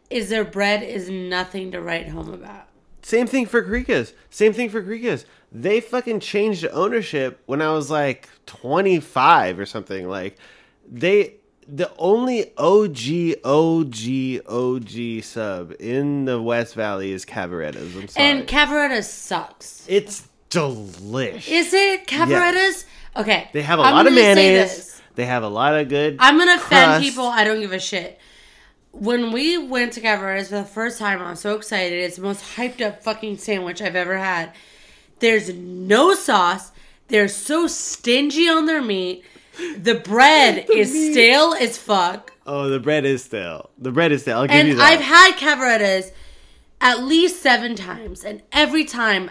S3: is their bread is nothing to write home about.
S2: Same thing for Krika's. Same thing for Krika's. They fucking changed ownership when I was like 25 or something. Like they the only OG OG OG sub in the West Valley is Cabarettas. I'm sorry.
S3: And Cavaretta sucks.
S2: it's delish.
S3: Is it Cavaretta's? Okay.
S2: they have a
S3: I'm
S2: lot of
S3: gonna say this.
S2: mayonnaise. They have a lot of good
S3: I'm gonna offend
S2: crust.
S3: people. I don't give a shit. When we went to Cabarets for the first time, I was so excited. It's the most hyped up fucking sandwich I've ever had. There's no sauce. They're so stingy on their meat. The bread is stale as fuck.
S2: Oh, the bread is stale. The bread is stale. I'll give you
S3: And
S2: that.
S3: I've had Cabaretas at least seven times, and every time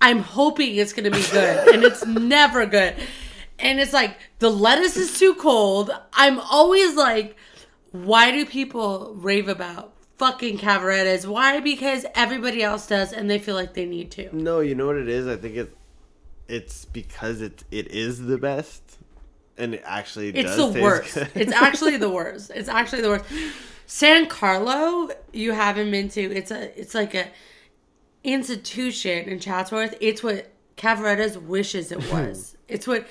S3: I'm hoping it's gonna be good, and it's never good. And it's like the lettuce is too cold. I'm always like, why do people rave about fucking Cabaretas? Why? Because everybody else does, and they feel like they need to.
S2: No, you know what it is. I think it, it's because it it is the best, and it actually
S3: It's
S2: does
S3: the
S2: taste
S3: worst.
S2: good.
S3: It's actually the worst. It's actually the worst. San Carlo, you haven't been to. It's a. It's like a institution in Chatsworth. It's what Cavaretta's wishes it was. it's what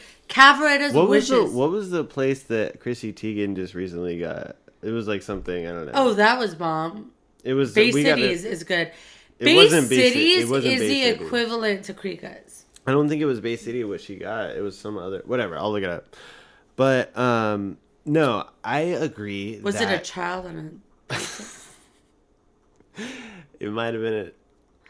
S3: Cavaretta's
S2: what was
S3: wishes.
S2: the what was the place that Chrissy Teigen just recently got? It was like something I don't know.
S3: oh, that was bomb.
S2: it was
S3: Bay
S2: we got it-
S3: Cities is good.
S2: It
S3: Bay
S2: wasn't Bay Ci- it
S3: Cities
S2: wasn't
S3: is
S2: Bay
S3: the
S2: City.
S3: equivalent to Krika's.
S2: I don't think it was Bay City what she got. It was some other whatever. I'll look it up. But um no, I agree.
S3: Was it a
S2: that
S3: child and a?
S2: it might have been it.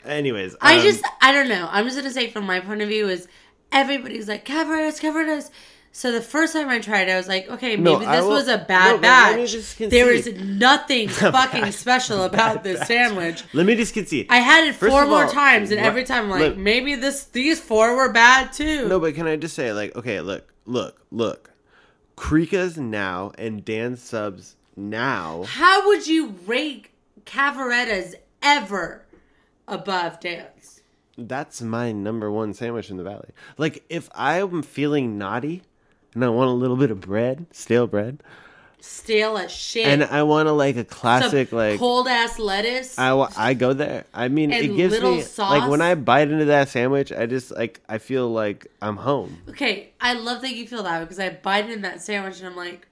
S2: Anyways,
S3: I
S2: um,
S3: just I don't know. I'm just gonna say from my point of view is everybody's like Cavaretta's Cavaretta's. So the first time I tried, it, I was like, okay,
S2: No,
S3: maybe
S2: I
S3: this
S2: will-
S3: was a
S2: no,
S3: bad
S2: but let me
S3: batch.
S2: just
S3: There is
S2: concede.
S3: nothing fucking special about this sandwich.
S2: let me just concede.
S3: I had it
S2: First
S3: four
S2: of
S3: more
S2: all,
S3: times, and
S2: what-
S3: every time I'm like
S2: look.
S3: maybe this these four were bad too.
S2: No, but can I just say, like, okay, look, look, look. Krika's now and Dan subs now.
S3: How would you rate Cavaretta's ever above dance?
S2: That's my number one sandwich in the valley. Like, if I'm feeling naughty and I want a little bit of bread, stale bread,
S3: Stale as shit.
S2: and I want to like a classic, like,
S3: cold ass lettuce.
S2: I, wa- I go there. I mean,
S3: And
S2: it gives
S3: little
S2: me like when
S3: sauce.
S2: I bite into that sandwich, I just like I feel like I'm home.
S3: Okay, I love that you feel that way because I bite in that sandwich and I'm like,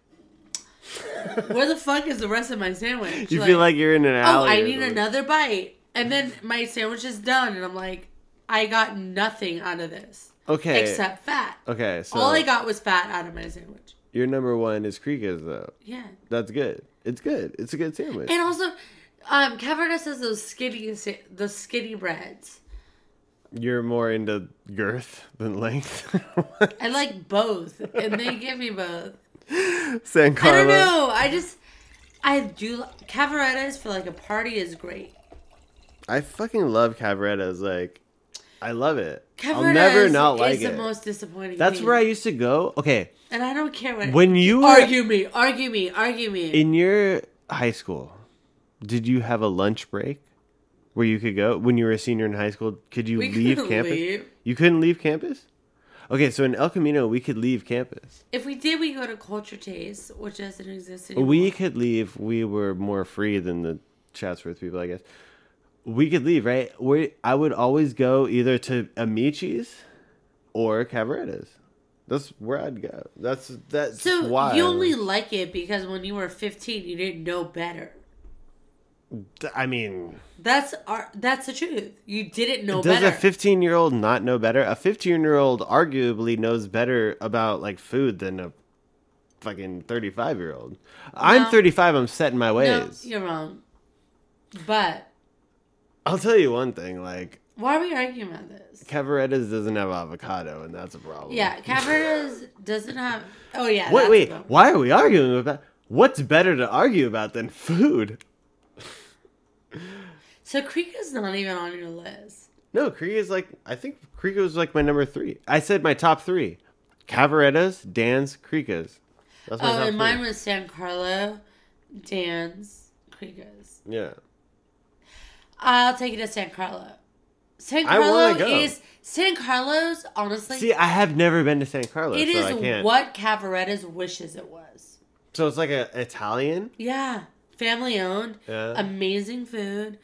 S3: where the fuck is the rest of my sandwich?
S2: You feel like you're in an
S3: oh,
S2: alley.
S3: I
S2: or
S3: need
S2: something.
S3: another bite, and then my sandwich is done, and I'm like, I got nothing out of this
S2: Okay.
S3: except fat.
S2: okay. So
S3: All I got was fat out of my sandwich.
S2: your number one is Krika's though.
S3: Yeah,
S2: That's good. It's good. It's a good sandwich.
S3: and also, um, Cavernous has those skinny, sa- those skinny breads.
S2: You're more into girth than length.
S3: I like both, and they give me both.
S2: San
S3: I
S2: Carlo.
S3: don't know. I just, I do. li- Cavarettas for like a party is great.
S2: I fucking love Cavarettas. Like, I love it.
S3: Covered
S2: I'll never
S3: is,
S2: not
S3: is
S2: like
S3: the
S2: it.
S3: most disappointing.
S2: That's
S3: thing.
S2: where I used to go. Okay,
S3: And I don't care what.
S2: when you were
S3: argue me, argue me, argue me.
S2: in your high school, did you have a lunch break? where you could go when you were a senior in high school? Could you
S3: We
S2: leave
S3: couldn't
S2: campus?
S3: leave.
S2: You couldn't leave campus. Okay, so in El Camino, we could leave campus.
S3: If we did, we go to Culture Taste, which doesn't exist anymore.
S2: We could leave. We were more free than the Chatsworth people, I guess. We could leave, right? We, I would always go either to Amici's or Cavaretta's. That's where I'd go. That's that's
S3: so
S2: why
S3: you
S2: I
S3: only like it because when you were 15, you didn't know better.
S2: was- I mean,
S3: That's our. That's the truth. You didn't know
S2: Does
S3: better.
S2: a 15 year old not know better? A 15 year old arguably knows better about like food than a fucking 35 year old. I'm
S3: No.
S2: 35, I'm set in my
S3: no,
S2: ways.
S3: you're wrong. But
S2: I'll tell you one thing like,
S3: why are we arguing about this?
S2: Cavaretta's doesn't have avocado, and that's a problem.
S3: Yeah, Cabernet doesn't have. Oh yeah.
S2: Wait,
S3: that's
S2: wait,
S3: the-
S2: why are we arguing about what's better to argue about than food?
S3: So Krika's not even on your list.
S2: No, Krieg is like, I think Krieg was like my number three. I said my top three Cavaretta's, Dan's, Krieg's. That's my
S3: Oh,
S2: top
S3: and mine
S2: three.
S3: was San Carlo, Dan's, Krika's.
S2: Yeah.
S3: I'll take it to San Carlo. San
S2: I wanna
S3: Carlo
S2: go.
S3: is San Carlo's. Honestly,
S2: See, I have never been to San Carlos,
S3: it
S2: so
S3: is
S2: I can't.
S3: what Cavaretta's wishes it was.
S2: So it's like an Italian.
S3: Yeah, family owned,
S2: Yeah.
S3: amazing food.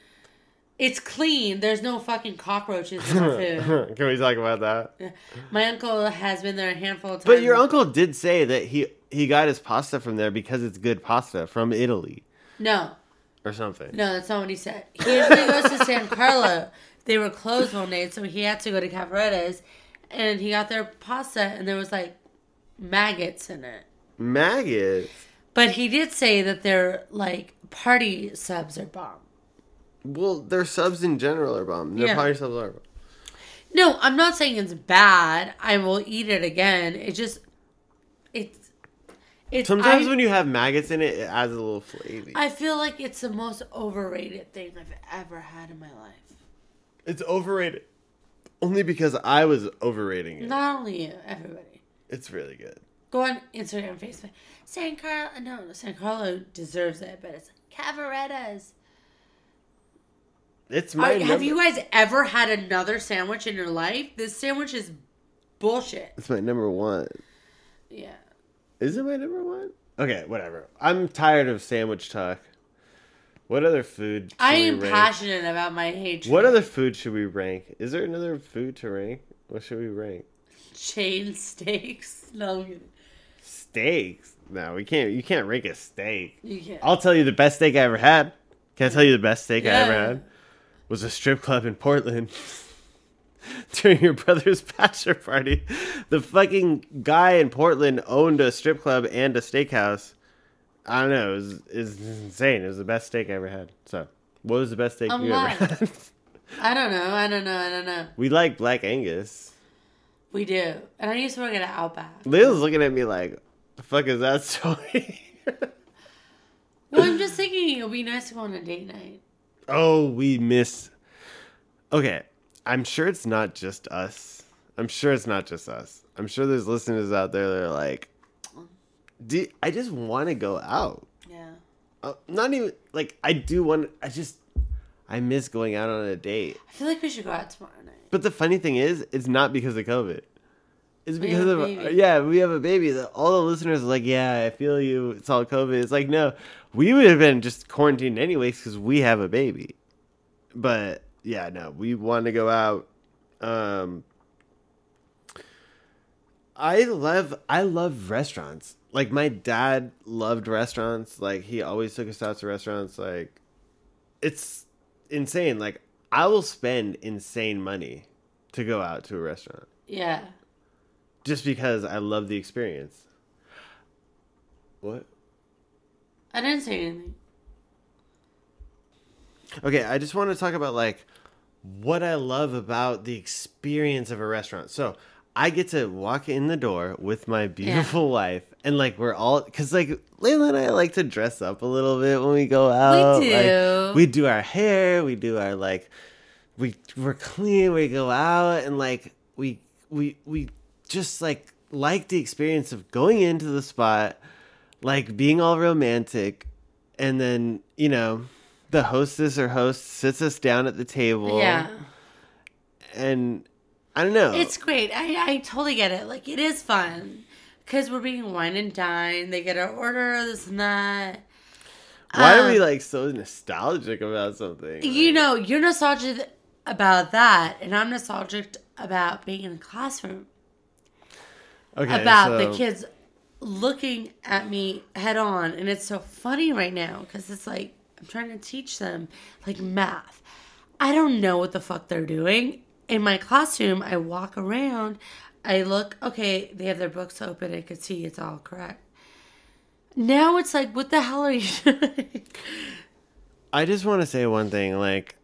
S3: It's clean. There's no fucking cockroaches in the food.
S2: Can we talk about that?
S3: My uncle has been there a handful of times.
S2: But your uncle did say that he he got his pasta from there because it's good pasta from Italy
S3: No,
S2: or something.
S3: no, that's not what he said. He usually goes to San Carlo. They were closed one day, so he had to go to Cavaretta's, and he got their pasta, and there was like maggots in it.
S2: Maggots.
S3: But he did say that their like party subs are bomb.
S2: Well, their subs in general are bomb. Their
S3: Yeah.
S2: party subs are bomb.
S3: No, I'm not saying it's bad. I will eat it again. It just it's it's
S2: Sometimes
S3: I,
S2: when you have maggots in it, it adds a little flavor.
S3: I feel like it's the most overrated thing I've ever had in my life.
S2: it's overrated. Only because I was overrating it.
S3: Not only you, everybody.
S2: It's really good.
S3: Go on Instagram, Facebook. San Carlo uh, no, no, San Carlo deserves it, but it's Cavaretta's.
S2: It's
S3: Are-
S2: my.
S3: have
S2: number-
S3: you guys ever had another sandwich in your life? This sandwich is bullshit.
S2: It's my number one.
S3: Yeah.
S2: Is it my number one? Okay, whatever. I'm tired of sandwich talk. What other food?
S3: I
S2: should we
S3: am
S2: rank?
S3: passionate about my hatred.
S2: What other food should we rank? Is there another food to rank? What should we rank?
S3: chain steaks? No, I'm kidding.
S2: Steaks? No, we can't. You can't rank a steak.
S3: you can't.
S2: I'll tell you the best steak I ever had. Can I tell you the best steak I ever
S3: Yeah.
S2: had? Was a strip club in Portland during your brother's bachelor party. The fucking guy in Portland owned a strip club and a steakhouse. I don't know. It was, it was insane. It was the best steak I ever had. So, what was the best steak
S3: I'm
S2: you
S3: lying.
S2: ever had?
S3: I don't know. I don't know. I don't know.
S2: we like Black Angus.
S3: We do. And I used to work at Outback.
S2: Leo's looking at me like, the fuck is that story?
S3: Well, I'm just thinking it would be nice to go on a date night.
S2: oh, we miss. Okay, I'm sure it's not just us. I'm sure it's not just us. I'm sure there's listeners out there that are like, D- I just want to go out.
S3: Yeah.
S2: Uh, not even, like, I do want, I just, I miss going out on a date.
S3: I feel like we should go out tomorrow night.
S2: But the funny thing is, it's not because of COVID. It's
S3: We
S2: because
S3: have
S2: of
S3: a baby.
S2: yeah, we have a baby. That all the listeners are like, yeah, I feel you. It's all COVID. It's like no, we would have been just quarantined anyways because we have a baby. But yeah, no, we want to go out. Um, I love I love restaurants. Like my dad loved restaurants. Like he always took us out to restaurants. Like it's insane. Like I will spend insane money to go out to a restaurant
S3: Yeah.
S2: just because I love the experience. What?
S3: I didn't say anything.
S2: Okay, I just want to talk about like what I love about the experience of a restaurant. So I get to walk in the door with my beautiful wife, and like we're all because like Layla and I like to dress up a little bit when we go out. Like,
S3: do.
S2: we do our hair. We do our like. We we're clean. We go out and like we we we just like like the experience of going into the spot, like being all romantic, and then you know the hostess or host sits us down at the table.
S3: yeah.
S2: And I don't know.
S3: It's great. I, I totally get it. Like, it is fun because we're being wine and dine. They get our order, this and that.
S2: Why
S3: um,
S2: are we like so nostalgic about something?
S3: You know, you're nostalgic about that, and I'm nostalgic about being in a classroom,
S2: okay,
S3: about the
S2: so-
S3: kids looking at me head on. And it's so funny right now because it's like, I'm trying to teach them like math. I don't know what the fuck they're doing. In my classroom, I walk around, I look, okay, they have their books open, I could see it's all correct. Now it's like, what the hell are you doing?
S2: I just want to say one thing. Like,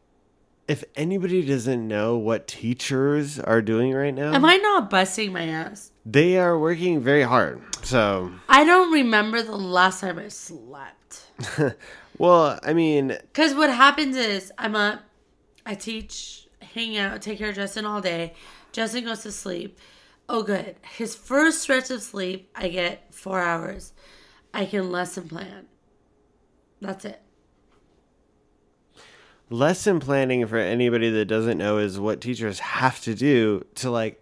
S2: if anybody doesn't know what teachers are doing right now,
S3: Am I not busting my ass?
S2: they are working very hard. So,
S3: I don't remember the last time I slept.
S2: well, I mean,
S3: Because what happens is I'm up, I teach, hang out, take care of Justin all day. Justin goes to sleep. Oh, good. His first stretch of sleep, I get four hours. I can lesson plan. That's it.
S2: lesson planning for anybody that doesn't know is what teachers have to do to like,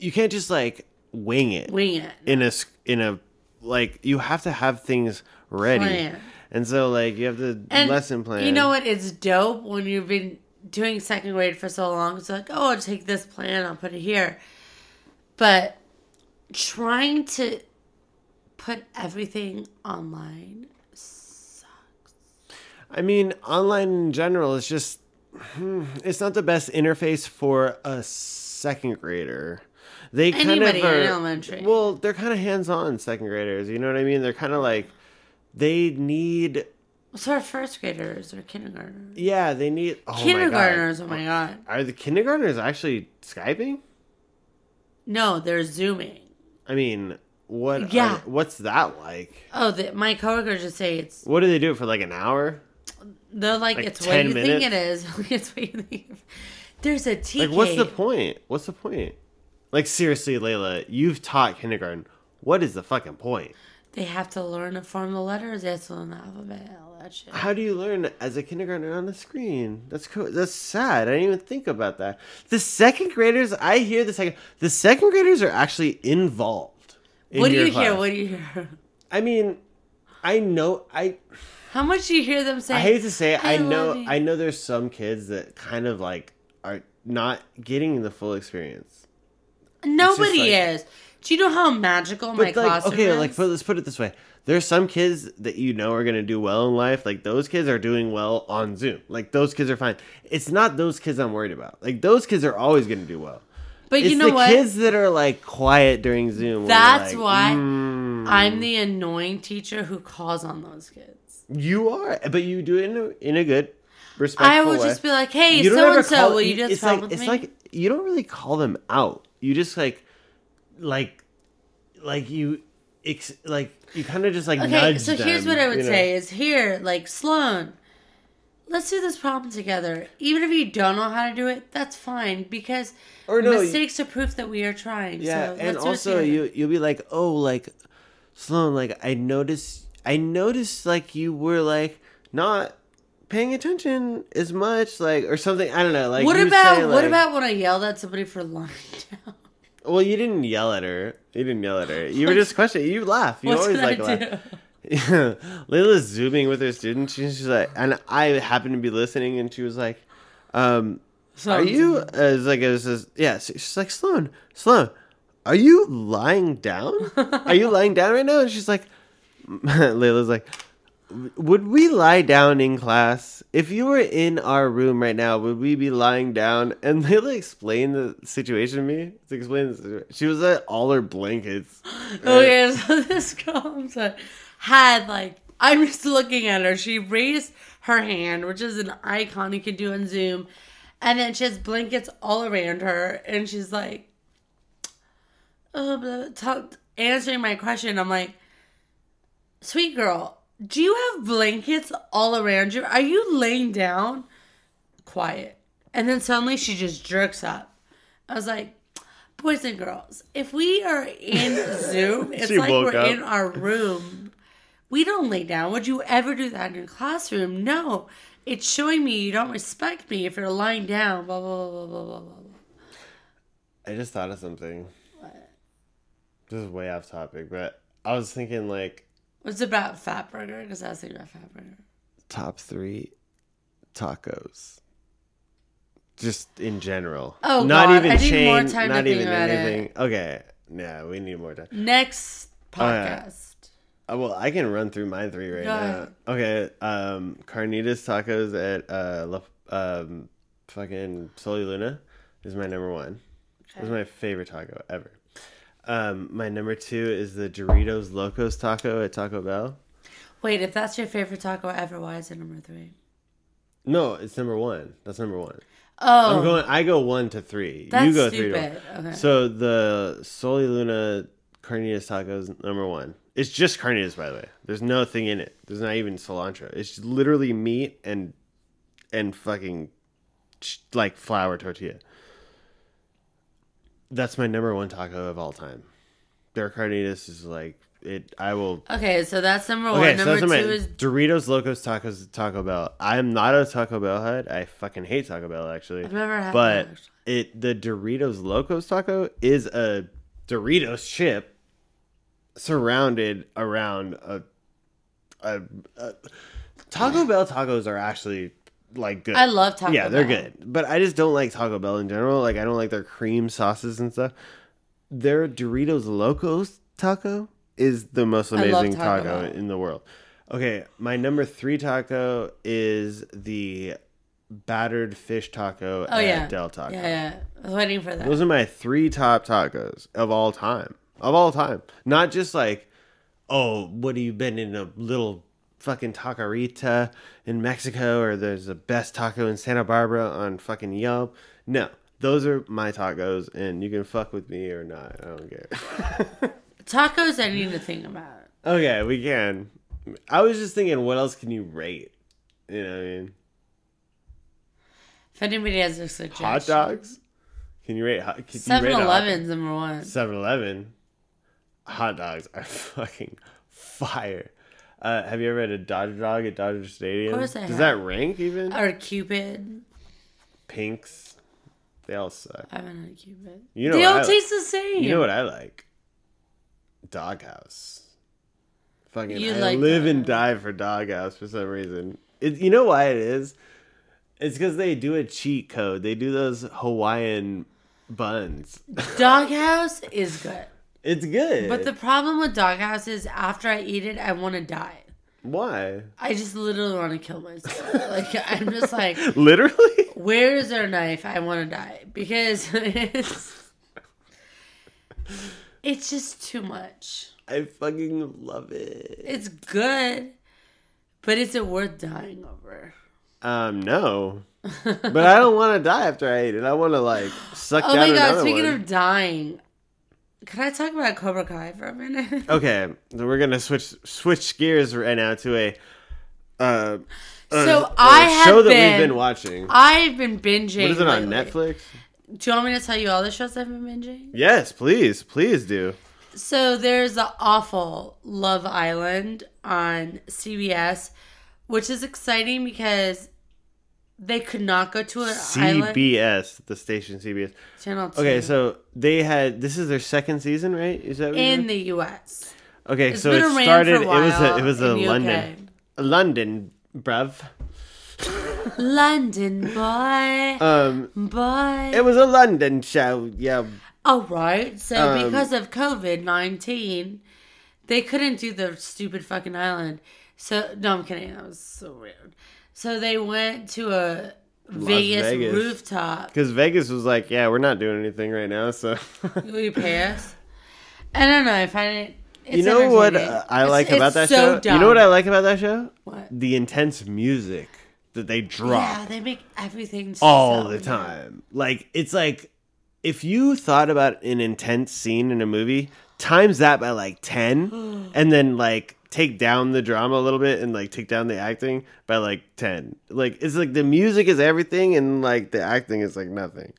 S2: you can't just like wing it
S3: Wing it.
S2: in a, s- in a, like, you have to have things ready.
S3: Plan.
S2: And so, like, you have to
S3: And
S2: lesson plan.
S3: You know what? It's dope when you've been doing second grade for so long. It's like, oh, I'll take this plan, I'll put it here. But trying to put everything online,
S2: I mean, online in general is just hmm, it's not the best interface for a second grader. They
S3: Anybody
S2: kind of
S3: in
S2: are,
S3: elementary.
S2: Well, they're kind of hands-on second graders. You know what I mean? They're kind of like they need
S3: so our first graders or kindergartners.
S2: yeah, they need oh
S3: kindergartners,
S2: My
S3: oh my God.
S2: God. Are the kindergartners actually skyping?
S3: No, they're Zooming.
S2: I mean, what are-
S3: Yeah.
S2: what's that like?
S3: Oh, the, my coworkers just say it's,
S2: What do they do for like an hour?
S3: they're like,
S2: Like
S3: it's what
S2: 10
S3: you think it
S2: minutes?
S3: is. it's what you think. it is. There's a TK.
S2: Like what's the point? What's the point? Like seriously, Layla, you've taught kindergarten. What is the fucking point?
S3: They have to learn to form the letters. They have to learn the alphabet, all that shit.
S2: How do you learn as a kindergartner on the screen? That's cool. That's sad. I didn't even think about that. The second graders, I hear the second. The second graders are actually involved. in
S3: what do
S2: your
S3: you hear?
S2: class.
S3: What do you hear?
S2: I mean, I know. I
S3: How much do you hear them say?
S2: I hate to say. It, I, know.
S3: love you."
S2: I know. There's some kids that kind of like are not getting the full experience.
S3: Nobody
S2: like-
S3: is. Do you know how magical my
S2: But like,
S3: classroom
S2: okay,
S3: is?
S2: like but let's put it this way: there's some kids that you know are gonna do well in life. Like those kids are doing well on Zoom. Like those kids are fine. It's not those kids I'm worried about. Like those kids are always gonna do well.
S3: but
S2: It's
S3: you know
S2: the
S3: what?
S2: kids that are like quiet during Zoom. where you're
S3: That's
S2: like,
S3: why
S2: "Mm,
S3: I'm the annoying teacher who calls on those kids.
S2: you are, but you do it in a, in a good, respectful
S3: I will
S2: way.
S3: just be like, "Hey,
S2: You don't
S3: so
S2: ever
S3: and so,
S2: call-
S3: will you do this
S2: it's like,
S3: with
S2: It's
S3: me?"
S2: like you don't really call them out. You just like, like, like you, ex, like you kind of just like
S3: okay,
S2: nudge
S3: so here's
S2: them,
S3: what I would
S2: you know?
S3: say: is here, like Sloan, let's do this problem together. Even if you don't know how to do it, that's fine because
S2: Or no, you-
S3: mistakes are proof that we are trying.
S2: Yeah,
S3: so let's
S2: and
S3: do it
S2: also
S3: together.
S2: you you'll be like, oh, like Sloan, like I noticed, I noticed like you were like not paying attention as much, like or something. I don't know. Like
S3: what
S2: you
S3: about
S2: say,
S3: what
S2: like-
S3: about when I yelled at somebody for lying down?
S2: Well, you didn't yell at her. You didn't yell at her. You were just questioning. You laugh. You
S3: What
S2: always
S3: did
S2: like
S3: I
S2: laugh.
S3: do?
S2: Yeah. Layla's zooming with her students. She's just like, and I happened to be listening, and she was like, um,
S3: So
S2: "Are you?" Uh, it's like it was just, yeah. she- She's like, "Sloan, Sloan, are you lying down? Are you lying down right now?" And she's like, Layla's like, "Would we lie down in class? If you were in our room right now, would we be lying down?" And Layla explained the situation to me. To explain the situation, she was at all her blankets.
S3: Okay, so this girl said- had like I'm just looking at her. She raised her hand, which is an icon you can do on Zoom, and then she has blankets all around her, and she's like, "Oh, blah, blah, t- answering my question." I'm like, "Sweet girl, do you have blankets all around you? Are you laying down?" Quiet, and then suddenly she just jerks up. I was like, boys and girls, if we are in Zoom, it's
S2: She
S3: like
S2: woke
S3: we're
S2: up.
S3: in our room. We don't lay down. Would you ever do that in your classroom? No. It's showing me you don't respect me if you're lying down. Blah blah blah blah blah blah. blah.
S2: I just thought of something. What? This is way off topic, but I was thinking like
S3: It's about fat burger because I was thinking about fat burger.
S2: top three tacos. Just in general.
S3: Oh,
S2: not
S3: God,
S2: even
S3: I need
S2: chain,
S3: more time to
S2: not
S3: think
S2: even
S3: about it.
S2: anything. Okay. Yeah, we need more time.
S3: Next
S2: Oh, yeah.
S3: podcast.
S2: Uh, well, I can run through my three right
S3: Go
S2: now.
S3: ahead.
S2: Okay. Um, carnitas tacos at uh, La- um, fucking Soli Luna is my number one. It was my favorite taco ever. Um, my number two is the Doritos Locos taco at Taco Bell.
S3: Wait, if that's your favorite taco ever, why is it number three?
S2: No, it's number one. That's number one.
S3: Oh,
S2: I'm going. I go one to three.
S3: that's
S2: you go three
S3: stupid.
S2: to one.
S3: Okay.
S2: So the Soli Luna carnitas taco is number one. It's just carnitas, by the way. There's nothing in it. There's not even cilantro. It's literally meat and and fucking ch- like flour tortilla. That's my number one taco of all time. Their carnitas is like it. I will.
S3: okay, so that's number one.
S2: Okay, so
S3: number
S2: that's my
S3: two is
S2: Doritos Locos Tacos at Taco Bell. I'm not a Taco Bell head. I fucking hate Taco Bell actually.
S3: I've never had
S2: But
S3: that, actually.
S2: it the Doritos Locos taco is a Doritos chip surrounded around a a, a Taco Bell tacos are actually like good.
S3: I love Taco
S2: Yeah, they're
S3: Bell.
S2: good. But I just don't like Taco Bell in general. Like I don't like their cream sauces and stuff. Their Doritos Locos taco is the most
S3: love
S2: amazing
S3: Taco
S2: taco
S3: Bell.
S2: in the world. Okay, my number 3 taco is the battered fish taco
S3: oh
S2: at
S3: yeah,
S2: Del Taco.
S3: Yeah, yeah. I was waiting for that.
S2: Those are my three top tacos of all time. Of all time. Not just like, oh, what have you been in a little fucking taquerita in Mexico or there's the best taco in Santa Barbara on fucking Yelp. No. Those are my tacos and you can fuck with me or not. I don't care.
S3: Tacos, I need to think about.
S2: okay, we can. I was just thinking what else can you rate? You know what I mean?
S3: If anybody has a suggestion,
S2: Hot dogs? Can you rate hot can you rate a
S3: Seven
S2: hot dog?
S3: Eleven's number one.
S2: 7 Eleven hot dogs are fucking fire. Uh, have you ever had a Dodger dog at Dodger Stadium?
S3: Of course I
S2: Does
S3: have.
S2: that
S3: Uh,
S2: rank even?
S3: Or Cupid.
S2: Pinks. They all suck.
S3: I haven't had Cupid.
S2: You know
S3: they
S2: what
S3: all
S2: I-
S3: taste the same.
S2: You know what I like? Doghouse. Fucking
S3: You
S2: I
S3: like
S2: live and die for Doghouse for some reason. It, you know why it is? It's because they do a cheat code. They do those Hawaiian buns.
S3: Doghouse is good.
S2: It's good.
S3: But the problem with Doghouse is after I eat it, I want to die.
S2: why?
S3: I just literally want to kill myself. like I'm just like,
S2: Literally?
S3: where is their knife? I want to die because it's it's just too much.
S2: I fucking love it.
S3: It's good, but is it worth dying over?
S2: Um, no. but I don't want to die after I ate it. I want to like suck
S3: Oh
S2: down
S3: my god!
S2: another
S3: Speaking
S2: one.
S3: of dying, can I talk about Cobra Kai for a minute?
S2: okay, so we're gonna switch switch gears right now to a uh,
S3: So
S2: a,
S3: I have
S2: show that
S3: been-
S2: we've been watching.
S3: I've been binging.
S2: What is it on
S3: lately.
S2: Netflix?
S3: Do you want me to tell you all the shows I've been binging?
S2: Yes, please, please do.
S3: So there's the awful Love Island on CBS, which is exciting because they could not go to an island.
S2: CBS, the station CBS.
S3: Channel two
S2: Okay, so they had this is their second season, right? Is that what you
S3: in
S2: said?
S3: the U.S.
S2: Okay,
S3: It's
S2: so
S3: been
S2: it
S3: around
S2: started.
S3: for a while
S2: it was a it was a
S3: in the
S2: London, London, bruv.
S3: London boy,
S2: Um,
S3: boy.
S2: It was a London show. Yeah. Oh,
S3: All right. So
S2: Um,
S3: because of COVID nineteen, they couldn't do the stupid fucking island. So no, I'm kidding. That was so weird. So they went to a Vegas,
S2: Vegas.
S3: rooftop.
S2: Because Vegas was like, yeah, we're not doing anything right now. So,
S3: Will you pay us? I don't know. I find it. It's
S2: you know what
S3: entertaining.
S2: uh, I
S3: It's-
S2: like
S3: it's
S2: about that
S3: so
S2: show? You
S3: dumb.
S2: know what I like about that show?
S3: What?
S2: The intense music that they drop
S3: Yeah, they make everything so
S2: all the
S3: dumb.
S2: time. Like, it's like if you thought about an intense scene in a movie, times that by like 10, and then like take down the drama a little bit and like take down the acting by like 10. Like, it's like the music is everything and like the acting is like nothing.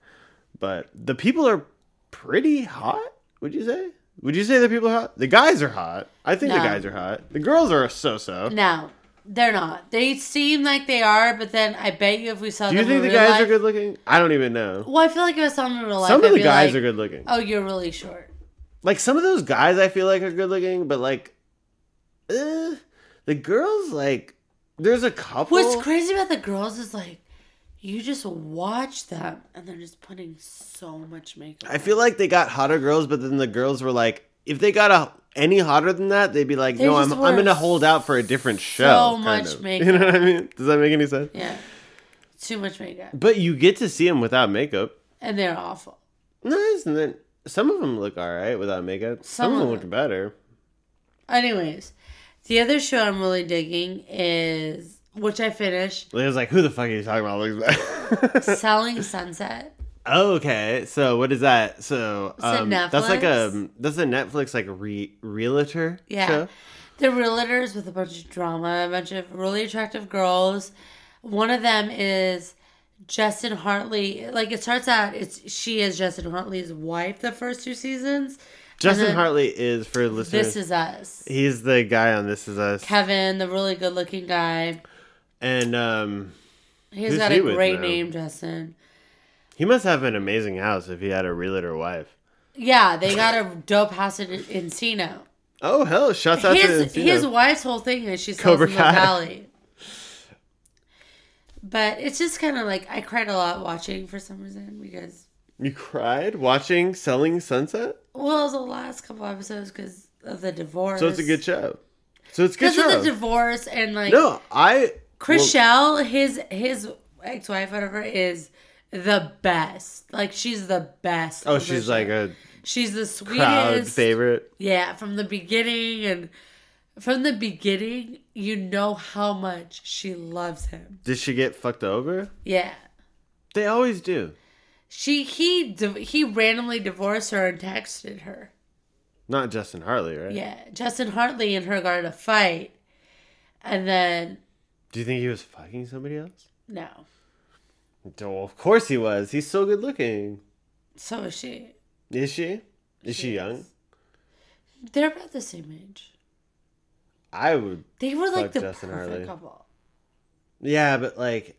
S2: but the people are pretty hot. Would you say? Would you say the people are hot? The guys are hot. I think
S3: No.
S2: the guys are hot. The girls are so so.
S3: No, They're not. They seem like they are, but then I bet you if we saw
S2: Do you
S3: them
S2: think
S3: in
S2: the
S3: real
S2: guys
S3: life,
S2: are good looking? I don't even know.
S3: Well, I feel like if I saw them in real life,
S2: Some of
S3: I'd
S2: the
S3: be
S2: guys
S3: like,
S2: are good looking.
S3: Oh, you're really short.
S2: Like some of those guys, I feel like are good looking, but like, eh, the girls like. There's a couple.
S3: What's crazy about the girls is like, you just watch them and they're just putting so much makeup.
S2: I feel like they got hotter girls, but then the girls were like, if they got a any hotter than that, they'd be like,
S3: They
S2: no, I'm
S3: just
S2: I'm
S3: were
S2: gonna hold out for a different show. kind
S3: much
S2: of.
S3: makeup.
S2: You know what I mean? Does that make any sense?
S3: yeah, too much makeup,
S2: But you get to see them without makeup.
S3: and they're awful.
S2: Nice, and then some of them look all right without makeup. Some,
S3: Some
S2: of them
S3: of
S2: look better.
S3: Anyways, the other show I'm really digging is which I finished
S2: Like, I was like, who the fuck are you talking about? Looks bad.
S3: Selling Sunset.
S2: Oh, okay, so what is that? So
S3: a
S2: um, that's like a
S3: Netflix?
S2: that's a Netflix like re- realtor
S3: Yeah.
S2: show.
S3: They're realtors with a bunch of drama, a bunch of really attractive girls. One of them is Justin Hartley. Like it starts out, it's she is Justin Hartley's wife the first two seasons.
S2: Justin
S3: then-
S2: Hartley is for listeners.
S3: This is us.
S2: he's the guy on This Is Us,
S3: Kevin, the really good looking guy.
S2: and um,
S3: He's
S2: Who's
S3: got
S2: he
S3: a
S2: with
S3: great
S2: now?
S3: name, Justin.
S2: he must have an amazing house if he had a realtor wife.
S3: Yeah, they got a dope house in Encino.
S2: Oh hell! Shouts out
S3: his,
S2: to Encino.
S3: his wife's whole thing is she sells
S2: Cobra
S3: in the
S2: Kai.
S3: valley. But it's just kind of like I cried a lot watching for some reason because
S2: You cried watching Selling Sunset.
S3: well, it was the last couple episodes because of the divorce.
S2: So it's a good show. So it's a good
S3: Because
S2: show.
S3: of the divorce and like
S2: no, I
S3: Chris Shell, his his ex wife, whatever, is the best. Like she's the best.
S2: Oh,
S3: on the
S2: she's
S3: show.
S2: like a
S3: she's the
S2: crowd
S3: sweetest.
S2: favorite.
S3: Yeah, from the beginning and from the beginning, you know how much she loves him.
S2: Did she get fucked over?
S3: Yeah.
S2: They always do.
S3: She he di- he randomly divorced her and texted her.
S2: Not Justin Hartley, right?
S3: Yeah, Justin Hartley and her got in a fight, and then
S2: Do you think he was fucking somebody else?
S3: no,
S2: No, of course he was. He's so good looking.
S3: so is she.
S2: Is she? Is she, young?
S3: They're about the same age.
S2: I would.
S3: They were like
S2: Fuck
S3: the
S2: Justin
S3: perfect
S2: Hartley.
S3: couple.
S2: Yeah, but like.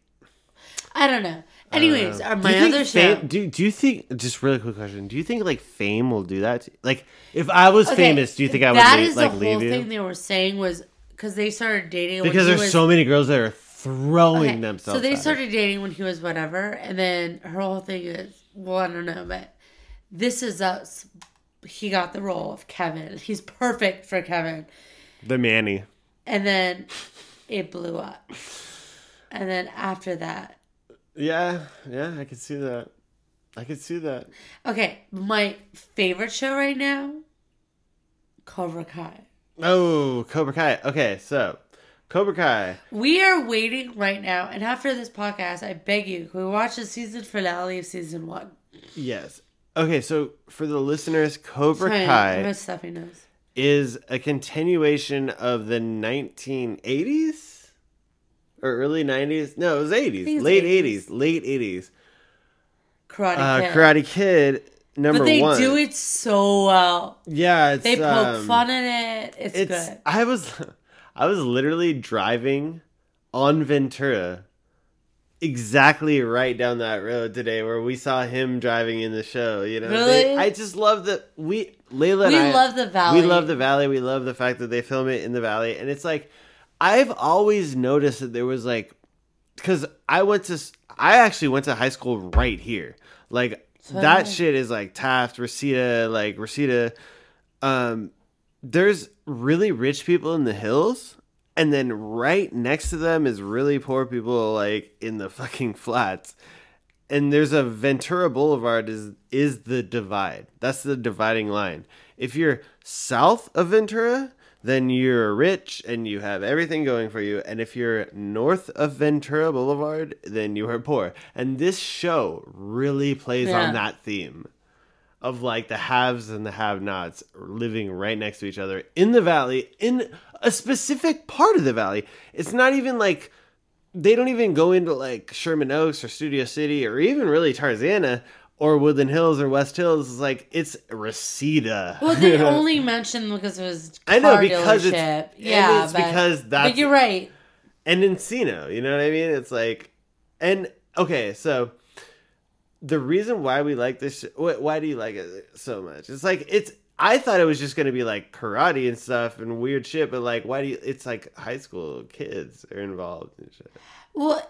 S3: I don't know.
S2: I don't
S3: Anyways,
S2: know.
S3: our
S2: Do
S3: my
S2: you think
S3: other show.
S2: fame- do Do you think? Just really quick question. Do you think like fame will do that? To, like, if I was famous, do you think I would
S3: That
S2: le-
S3: is
S2: like
S3: the
S2: leave
S3: whole
S2: you?
S3: thing they were saying was because they started dating when
S2: because
S3: he
S2: there's
S3: was,
S2: so many girls that are throwing
S3: Okay,
S2: themselves.
S3: So they
S2: at it.
S3: started dating when he was whatever, and then her whole thing is, well, I don't know, but this is us. He got the role of Kevin. He's perfect for Kevin,
S2: the Manny.
S3: and then it blew up. And then after that,
S2: Yeah, yeah, I could see that. I could see that.
S3: okay, my favorite show right now, Cobra Kai.
S2: Oh, Cobra Kai. Okay, so Cobra Kai.
S3: We are waiting right now, and after this podcast, I beg you, can we watch the season finale of season one?
S2: Yes. Okay, so for the listeners, Cobra
S3: Sorry,
S2: Kai
S3: I'm a stuffy nose.
S2: is a continuation of the 1980s or early 90s. No, it was 80s,
S3: think it's
S2: late 80s.
S3: 80s.
S2: late 80s.
S3: Karate
S2: Uh,
S3: Kid.
S2: Karate Kid number
S3: but they
S2: one.
S3: do it so well.
S2: Yeah, it's
S3: They poke
S2: um,
S3: fun at it. It's,
S2: it's
S3: good.
S2: I was I was literally driving on Ventura exactly right down that road today where we saw him driving in the show, you know. They-
S3: Really?
S2: I just love that we Layla
S3: We
S2: and I,
S3: love the valley.
S2: We love the valley. We love the fact that they film it in the valley and it's like I've always noticed that there was like cuz I went to s- I actually went to high school right here. Like
S3: did
S2: that
S3: I.
S2: shit is like Taft, Reseda, like Reseda um there's really rich people in the hills and then right next to them is really poor people like in the fucking flats and there's a ventura boulevard is is the divide that's the dividing line if you're south of ventura then you're rich and you have everything going for you and if you're north of ventura boulevard then you are poor and this show really plays
S3: Yeah.
S2: on that theme of like the haves and the have-nots living right next to each other in the valley in a specific part of the valley it's not even like they don't even go into like sherman oaks or studio city or even really tarzana or woodland hills or west hills it's like it's reseda
S3: well, they only mentioned because it was car
S2: I know, because it's-
S3: dealership.
S2: and
S3: yeah,
S2: it's
S3: but,
S2: because
S3: but
S2: that's-
S3: you're right.
S2: and Encino. You know what I mean? It's like, and okay, so the reason why we like this, sh- wh- why do you like it so much? It's like it's. I thought it was just gonna be like karate and stuff and weird shit, but like, why do you? It's like high school kids are involved and shit.
S3: Well,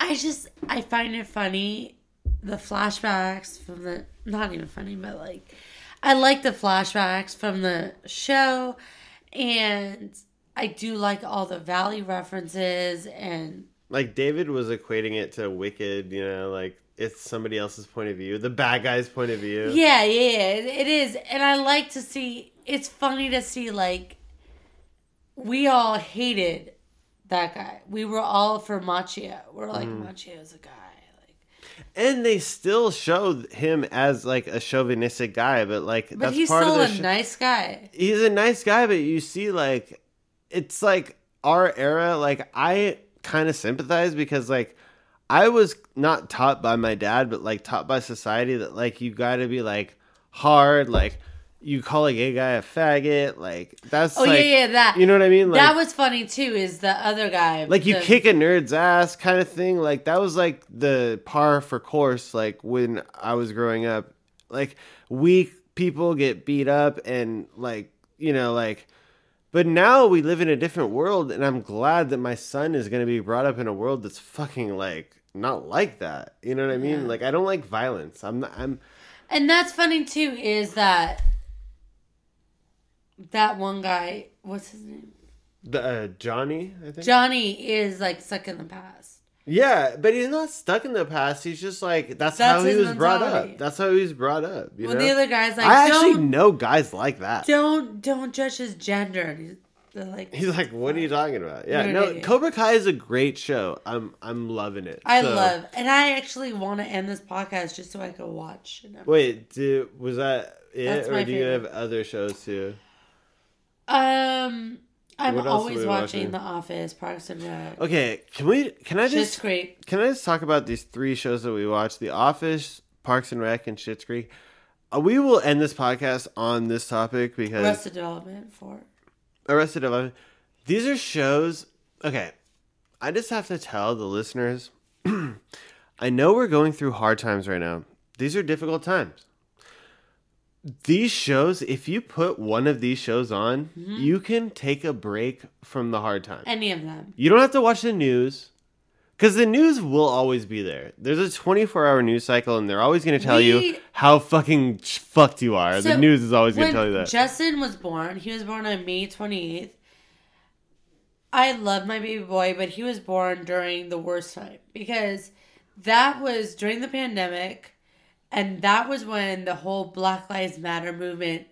S3: I just I find it funny the flashbacks from the not even funny, but like I like the flashbacks from the show, and I do like all the Valley references and
S2: Like David was equating it to Wicked, you know, like it's somebody else's point of view, the bad guy's point of view.
S3: yeah, yeah, yeah it, it is, and I like to see. It's funny to see like we all hated that guy. We were all for Machio. We're like
S2: Mm.
S3: Machio's a guy. Like,
S2: and they still show him as like a chauvinistic guy, but like
S3: but
S2: that's
S3: he's
S2: part
S3: still
S2: of
S3: a
S2: the. sh-
S3: nice guy.
S2: he's a nice guy, but you see, like, it's like our era. Like, I kind of sympathize because, like, I was not taught by my dad, but like taught by society that like you got to be like hard, like you call a gay guy a faggot, like that's
S3: Oh
S2: like,
S3: yeah, yeah, that.
S2: you know what I mean? Like,
S3: that was funny too. Is the other guy
S2: like you
S3: the-
S2: kick a nerd's ass kind of thing like that was like the par for course like when i was growing up like weak people get beat up and like you know like but now we live in a different world and i'm glad that my son is going to be brought up in a world that's fucking like not like that you know what i mean like i don't like violence i'm not i'm
S3: and that's funny too. Is that that one guy? What's his name?
S2: the uh, johnny i think
S3: Johnny is like stuck in the past.
S2: yeah but he's not stuck in the past he's just like that's,
S3: That's
S2: how he
S3: his
S2: was brought
S3: mentality.
S2: up that's how he was brought up you
S3: well,
S2: know?
S3: the other guy's like,
S2: I
S3: don't,
S2: actually know guys like that.
S3: don't, don't judge his gender. And he's they're like,
S2: He's like, "What are you talking about?" Yeah,
S3: No,
S2: no.
S3: no, no.
S2: Cobra Kai is a great show. I'm I'm loving it.
S3: I
S2: So-
S3: love, and I actually want to end this podcast just so I can watch. an episode.
S2: Wait, do, was that it,
S3: That's
S2: or
S3: my
S2: do you have
S3: favorite.
S2: other shows too?
S3: Um, I'm
S2: What else are
S3: always
S2: we
S3: watching,
S2: watching?
S3: The Office, Parks and Rec.
S2: Okay, can we? Can I
S3: Schitt's
S2: just
S3: Creek.
S2: can I just talk about these three shows that we watched: The Office, Parks and Rec, and Schitt's Creek. Uh, We will end this podcast on this topic because
S3: Arrested Development for
S2: Arrested Development. These are shows. Okay, I just have to tell the listeners. I know we're going through hard times right now. These are difficult times. These shows, if you put one of these shows on,
S3: Mm-hmm.
S2: you can take a break from the hard times.
S3: any of them.
S2: You don't have to watch the news because the news will always be there. There's a 24 hour news cycle, and they're always going to tell you
S3: We-
S2: how fucking fucked you are. the
S3: So,
S2: news is always going
S3: When
S2: to tell you that.
S3: Justin was born, he was born on May 28th. I love my baby boy, but he was born during the worst time because that was during the pandemic and that was when the whole Black Lives Matter movement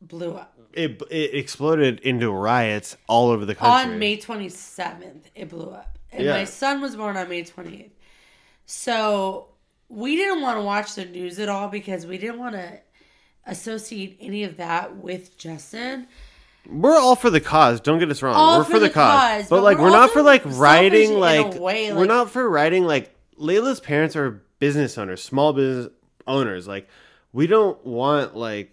S3: blew up.
S2: it, it exploded into riots all over the country.
S3: On May 27th, it blew up. And
S2: Yeah.
S3: my son was born on May 28th. So we didn't want to watch the news at all because we didn't want to associate any of that with Justin.
S2: We're all for the cause. Don't get us wrong.
S3: All
S2: we're for, the cause, but, like we're,
S3: we're
S2: not
S3: also
S2: for like
S3: selfish
S2: writing
S3: in a
S2: like,
S3: way,
S2: we're
S3: like-
S2: not for writing like Layla's parents are business owners, small business owners. Like we don't want like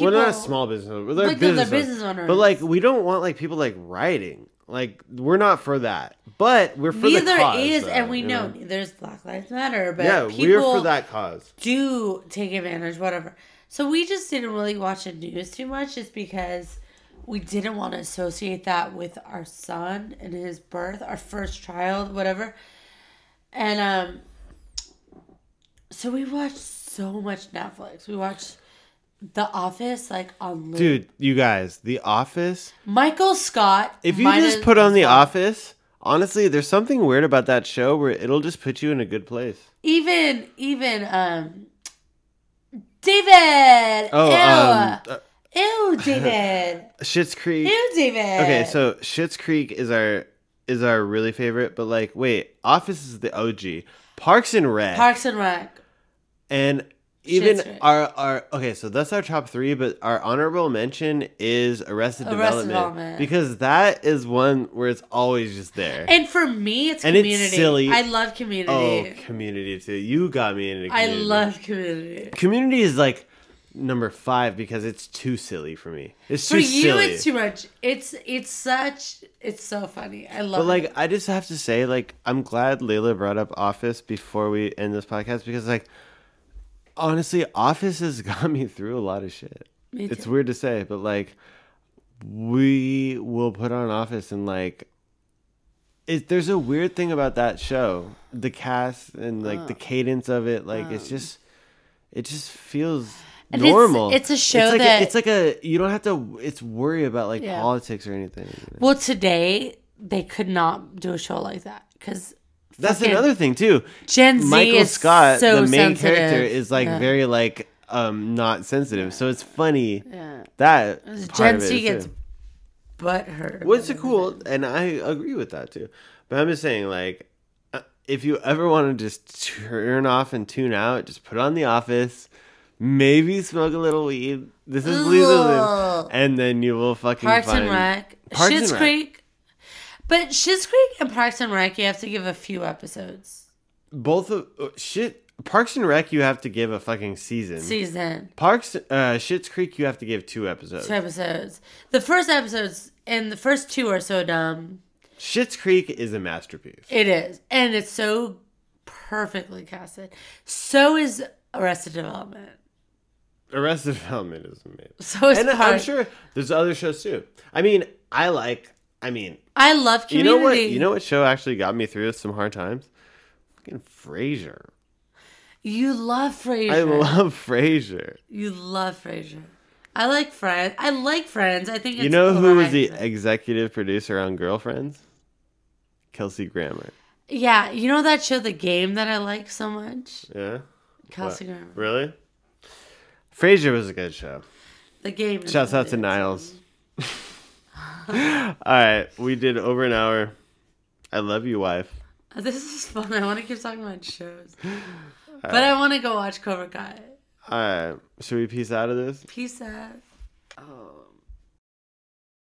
S2: we're not a
S3: People-
S2: small business. owners, They're
S3: Like, they're- they're
S2: business,
S3: business
S2: owners,
S3: owners.
S2: but like we don't want like people like writing. Like we're not for that. But we're for the
S3: neither
S2: cause.
S3: is,
S2: though,
S3: and we
S2: you
S3: know, there's Black Lives Matter, but
S2: Yeah, we're
S3: people
S2: for that cause.
S3: do take advantage, whatever. So we just didn't really watch the news too much, just because we didn't want to associate that with our son and his birth, our first child, whatever. And um, so we watched so much Netflix. We watched The Office, like on loop.
S2: Dude, you guys, The Office
S3: Michael Scott.
S2: If you
S3: might
S2: just
S3: as-
S2: put on The Office, honestly, there's something weird about that show where it'll just put you in a good place.
S3: even even um David.
S2: Oh,
S3: ew,
S2: um, uh,
S3: ew, David.
S2: Schitt's Creek.
S3: ew, David.
S2: Okay, so Schitt's Creek is our is our really favorite, but like, wait, Office is the OG. Parks and Rec,
S3: Parks and Rec.
S2: and even
S3: Schitt's Creek.
S2: our our okay, so that's our top three, but our honorable mention is Arrested,
S3: Arrested
S2: Development,
S3: Development.
S2: because that is one where it's always just there.
S3: And for me, it's
S2: And it's
S3: community.
S2: silly.
S3: I love community.
S2: oh, Community too. You got me into.
S3: I
S2: Community.
S3: love community.
S2: Community is like number five because it's too silly for me. It's
S3: For
S2: too
S3: you,
S2: silly.
S3: it's too much. It's it's such it's so funny. I love
S2: but
S3: it.
S2: like, I just have to say, like, I'm glad Layla brought up Office before we end this podcast because, like, honestly, Office has got me through a lot of shit.
S3: Me
S2: It's
S3: too.
S2: weird to say, but like, we will put on Office and like. It, there's a weird thing about that show, the cast and like
S3: Uh.
S2: the cadence of it. Like it's just, it just feels
S3: Um. And it's-
S2: normal.
S3: it's a show
S2: like
S3: that-
S2: a, it's like a you don't have to. It's worry about like
S3: Yeah.
S2: politics or anything.
S3: Well, today they could not do a show like that because
S2: That's another thing too.
S3: Gen Z
S2: Michael
S3: is
S2: Scott,
S3: so
S2: the main
S3: sensitive.
S2: character, is like
S3: Yeah.
S2: very like um not sensitive. So it's funny
S1: Yeah.
S2: that part
S3: Gen
S2: of it
S3: Z
S2: too.
S3: gets butt hurt.
S2: What's it cool, and I agree with that too. But I'm just saying, like, uh, if you ever want to just turn off and tune out, just put on The Office. Maybe smoke a little weed. This is Lisa,
S3: Ugh.
S2: and then you will fucking
S3: Parks
S2: find
S3: and Rec,
S2: Parks and
S3: Schitt's
S2: Rec.
S3: Creek, but Schitt's Creek and Parks and Rec, you have to give a few episodes
S2: Mm-hmm. both of uh, shit. Parks and Rec, you have to give a fucking season.
S3: season.
S2: Parks, uh, Shit's Creek, you have to give two episodes.
S3: Two episodes. The first episodes and the first two are so dumb.
S2: Shit's Creek is a masterpiece.
S3: It is. And it's so perfectly casted. So is Arrested Development.
S2: Arrested Development is amazing.
S3: So is
S2: And I'm
S3: Parks.
S2: sure there's other shows too. I mean, I like. I mean,
S3: I love
S2: you
S3: community.
S2: know what? You know what show actually got me through some hard times? Fucking Frasier.
S3: You love Frasier.
S2: I love Frasier.
S3: you love Frasier. I like Friends. I like Friends. I think it's
S2: You know who was the
S3: overhyped.
S2: executive producer on Girlfriends? Kelsey Grammer.
S3: Yeah, you know that show The Game that I like so much?
S2: Yeah.
S3: Kelsey
S2: What?
S3: Grammer.
S2: Really? Frasier was a good show.
S3: The Game. is
S2: Shouts
S3: my
S2: out to
S3: favorite.
S2: Niles. All right, we did over an hour. I love you, wife.
S3: This is fun. I want to keep talking about shows. But I want to go watch Cobra Kai.
S2: All right, should we peace out of this?
S3: Peace out.
S1: Um,